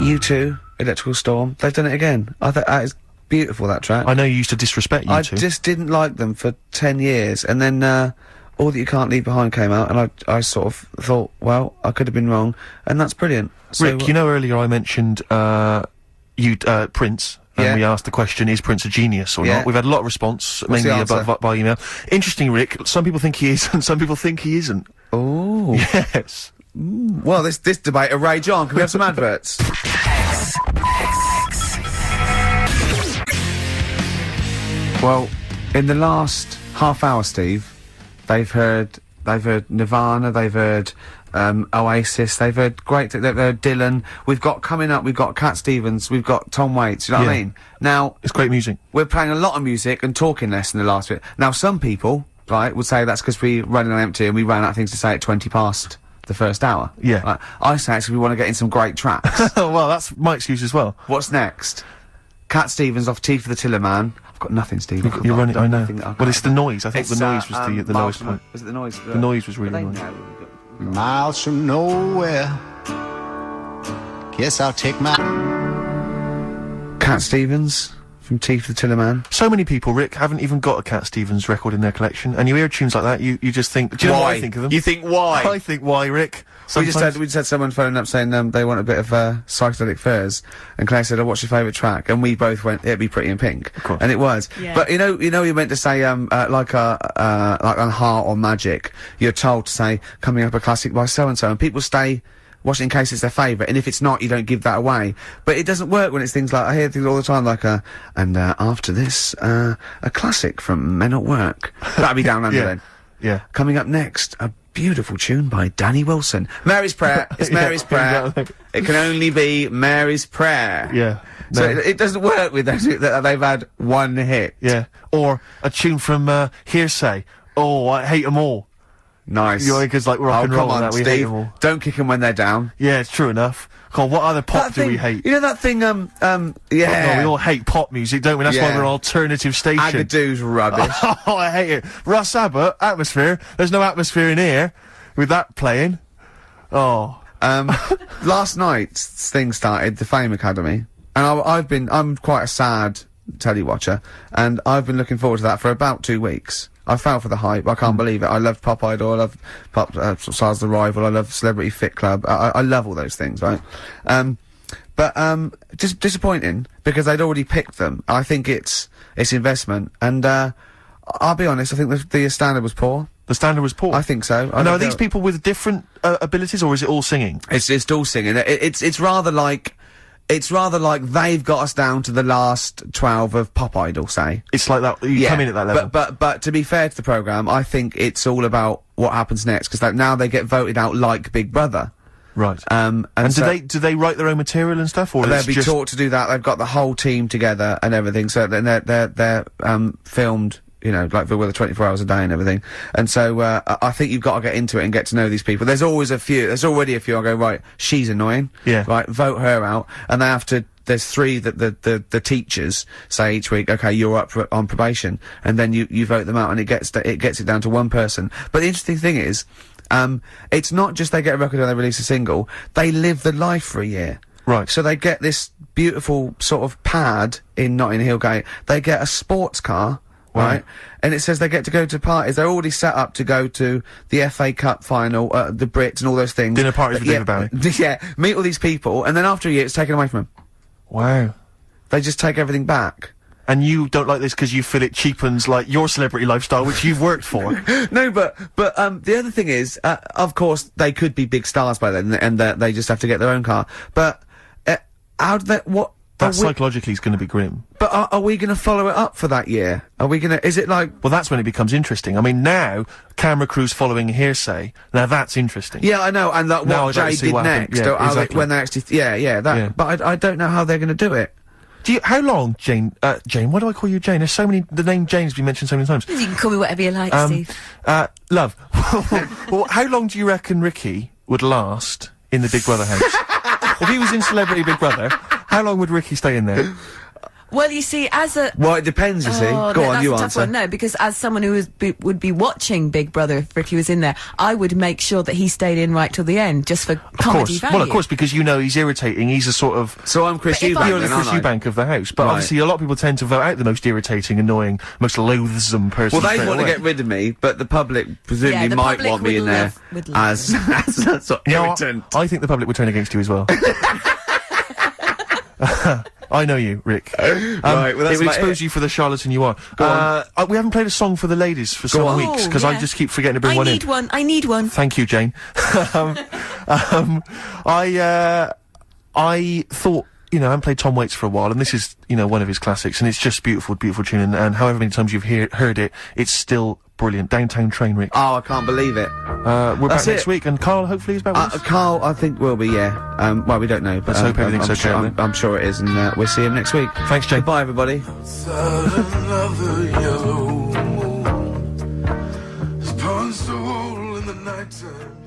S1: You two, Electrical Storm. They've done it again. I think that is beautiful. That track.
S2: I know you used to disrespect you
S1: I
S2: two.
S1: just didn't like them for ten years, and then uh, All That You Can't Leave Behind came out, and I, I sort of thought, well, I could have been wrong, and that's brilliant. So,
S2: Rick, you know earlier I mentioned uh, you uh, Prince. And
S1: Yeah.
S2: we asked the question, is Prince a genius or
S1: Yeah.
S2: not? We've had a lot of response,
S1: What's the
S2: mainly
S1: answer?
S2: about, by, by email. Interesting, Rick. Some people think he is [laughs] and some people think he isn't.
S1: Oh.
S2: Yes.
S1: Well, this this debate will rage on. Can we have some adverts? well, in the last half hour, Steve, they've heard they've heard Nirvana, they've heard um, Oasis, they've heard great they've heard Dylan. We've got coming up, we've got Cat Stevens, we've got Tom Waits. You know what I
S2: Yeah.
S1: mean? Now
S2: It's great music.
S1: we're playing a lot of music and talking less in the last bit. Now, some people, right, would say that's because we're running on empty and we ran out of things to say at 20 past the first hour.
S2: Yeah.
S1: Right? I say it's 'cause we want to get in some great
S2: [laughs]
S1: tracks.
S2: Oh, well, that's my excuse as well.
S1: What's next? Cat Stevens off Tea for the Tiller Man. I've got nothing, Steve. I've
S2: You're
S1: got-
S2: running,
S1: I've
S2: I know.
S1: nothing that I've
S2: Well,
S1: got.
S2: it's the noise. I think the
S1: It's, uh,
S2: noise was
S1: um,
S2: the, the
S1: Miles
S2: lowest
S1: from-
S2: point.
S1: Was it the noise?
S2: The noise was really
S1: they
S2: noisy.
S1: know.
S5: miles from nowhere. Guess I'll take my.
S1: Cat Stevens from Tea for the Tiller Man.
S2: So many people, Rick, haven't even got a Cat Stevens record in their collection, and you hear tunes like that, you, you just think, do you know what I think of them?
S1: think why?
S2: I think why, Rick?
S1: We just
S2: Sometimes-
S1: had we just had someone phone up saying um, they want a bit of uh, psychedelic furs, and Claire said, "Oh, what's your favourite track?" And we both went, "It'd be Pretty in Pink,"
S2: course.
S1: and it was.
S3: Yeah.
S1: But you know, you know, you meant to say um, uh, like uh, uh, like on Heart or Magic, you're told to say coming up a classic by so and so, and people stay. Watching in case it's their favourite, and if it's not, you don't give that away. But it doesn't work when it's things like I hear things all the time, like uh, and uh, after this, uh, a classic from Men at Work. That'd be
S2: [laughs]
S1: down under
S2: Yeah.
S1: then.
S2: Yeah.
S1: Coming up next, a beautiful tune by Danny Wilson. Mary's
S2: [laughs]
S1: Prayer. It's Mary's Prayer.
S2: exactly.
S1: It can only be Mary's Prayer.
S2: Yeah,
S1: So
S2: no.
S1: it, it doesn't work with those that they've had one hit.
S2: Yeah. Or a tune from uh, Hearsay. Oh, I hate them all.
S1: Nice.
S2: You know, 'cause, like, rock
S1: oh,
S2: and roll
S1: come on,
S2: and that, we hate
S1: Steve.
S2: 'em all.
S1: Don't kick 'em when they're down.
S2: Yeah, it's true enough. God, what other pop
S1: That
S2: do
S1: thing,
S2: we hate?
S1: You know that thing, um, um, yeah.
S2: No, we all hate pop music, don't we? That's
S1: Yeah.
S2: why we're an alternative station.
S1: Agadoo's rubbish.
S2: [laughs] oh, I hate it. Russ Abbott, atmosphere. There's no atmosphere in here with that playing. Oh.
S1: Um, last night's thing started, the Fame Academy, and I, I've been, I'm quite a sad telly watcher, and I've been looking forward to that for about two weeks. I fell for the hype. I can't believe it. I love Pop Idol. I love Pop uh, Stars The Rival. I love Celebrity Fit Club. I, I, I love all those things, right? Um, but um, just disappointing because I'd already picked them. I think it's it's investment, and uh, I'll be honest. I think the, the standard was poor.
S2: The standard was poor.
S1: I think so. I
S2: And
S1: think
S2: are these
S1: they're-
S2: people with different uh, abilities, or is it all singing?
S1: It's it's all singing. It, it's it's rather like it's rather like they've got us down to the last twelve of Pop Idol, say.
S2: It's like that. You come in at that level.
S1: But but but to be fair to the program, I think it's all about what happens next because like, now they get voted out like Big Brother.
S2: right.
S1: Um, and,
S2: and do
S1: so
S2: they do they write their own material and stuff, or
S1: they'll
S2: it's
S1: be
S2: just
S1: taught to do that. They've got the whole team together and everything. So then they're they're they're um, filmed. You know, like with the 24 hours a day and everything. And so, uh, I- I think you've got to get into it and get to know these people. There's always a few, there's already a few I go, right, she's annoying.
S2: Yeah.
S1: Right, vote her out. And they have to, there's three that the, the, the teachers say each week, okay, you're up for, on probation. And then you, you vote them out and it gets, it gets it down to one person. But the interesting thing is, um, it's not just they get a record and they release a single, they live the life for a year.
S2: Right.
S1: So they get this beautiful sort of pad in Notting Hill Gate. They get a sports car, right? And it says they get to go to parties. They're already set up to go to the FA Cup final, uh, the Brits, and all those things. Uh,
S2: Dinner parties with
S1: yeah,
S2: David Bowie.
S1: [laughs] Yeah, meet all these people, and then after a year, it's taken away from them.
S2: wow?
S1: They just take everything back. [laughs]
S2: And you don't like this because you feel it cheapens like your celebrity lifestyle, which you've worked for.
S1: no, [laughs] but but um, the other thing is, uh, of course, they could be big stars by then, and that they just have to get their own car. But uh, how do they? What?
S2: That
S1: are we-
S2: psychologically is going to be grim.
S1: But are, are we going to follow it up for that year? Are we going to? Is it like?
S2: Well, that's when it becomes interesting. I mean, now camera crews following hearsay. Now that's interesting.
S1: Yeah, I know, and like
S2: No,
S1: what
S2: I'd like
S1: Jay
S2: to see
S1: did
S2: what happened.
S1: next,
S2: Yeah,
S1: or how they-
S2: exactly.
S1: when they actually, yeah, yeah, that.
S2: Yeah.
S1: But I, I don't know how they're going to do it.
S2: Do you, how long, Jane? Uh, Jane, why do I call you Jane? There's so many. The name Jane's been mentioned so many times.
S6: You can call me whatever you like,
S2: Um,
S6: Steve.
S2: uh, love. [laughs] well, how long do you reckon Ricky would last
S3: [laughs]
S2: in the Big Brother house? if he was in Celebrity Big Brother, how long would Ricky stay in there?
S3: Well, you see, as a
S1: Well, it depends, you see.
S3: Oh,
S1: Go
S3: no,
S1: on,
S3: that's
S1: you
S3: a tough
S1: answer.
S3: One. No, because as someone who is, be, would be watching Big Brother if Ricky was in there, I would make sure that he stayed in right till the end, just for
S2: Of
S3: comedy
S2: course.
S3: value.
S2: Well, of course, because you know he's irritating. He's a sort of
S1: So I'm Chris
S3: But if I-
S1: Eubank,
S2: You're the
S1: then, aren't
S2: Chris
S1: I?
S2: Eubank of the house, but
S1: Right.
S2: obviously a lot of people tend to vote out the most irritating, annoying, most loathsome person.
S1: Well, they
S2: straight
S1: want to
S2: away.
S1: get rid of me, but the public presumably
S3: Yeah, the
S1: might
S3: public
S1: want me
S3: would
S1: in there
S3: love- would love
S1: as [laughs] as a sort of
S2: You know what?
S1: irritant.
S2: I think the public would turn against you
S1: [laughs]
S2: as well. [laughs] I know you,
S1: [laughs]
S2: Rick. Um,
S1: Right, well, that's
S2: it would
S1: about it.
S2: expose you for the charlatan you are. Uh, I- we haven't played a song for the ladies for some
S1: on.
S2: weeks because I
S3: yeah.
S2: just keep forgetting to bring
S3: I
S2: one in.
S3: need one. I need one.
S2: Thank you, Jane. [laughs] um, um, I uh, I thought you know I haven't played Tom Waits for a while, and this is you know one of his classics, and it's just beautiful, beautiful tune. And, and however many times you've hear, heard it, it's still brilliant. Downtown Trainwreck.
S1: Oh, I can't believe it.
S2: Uh, we're
S1: that's
S2: back next
S1: it.
S2: week, and Carl hopefully is back with
S1: Uh,
S2: us.
S1: Carl, I think will be, yeah. Um, well, we don't know, but
S2: Let's
S1: um,
S2: hope everything's
S1: I'm, I'm
S2: okay
S1: Sure,
S2: then.
S1: I'm, I'm sure it is, and uh, we'll see him next week.
S2: Thanks, Jane.
S1: Goodbye, everybody.
S6: another yellow moon has punched a hole in the nighttime.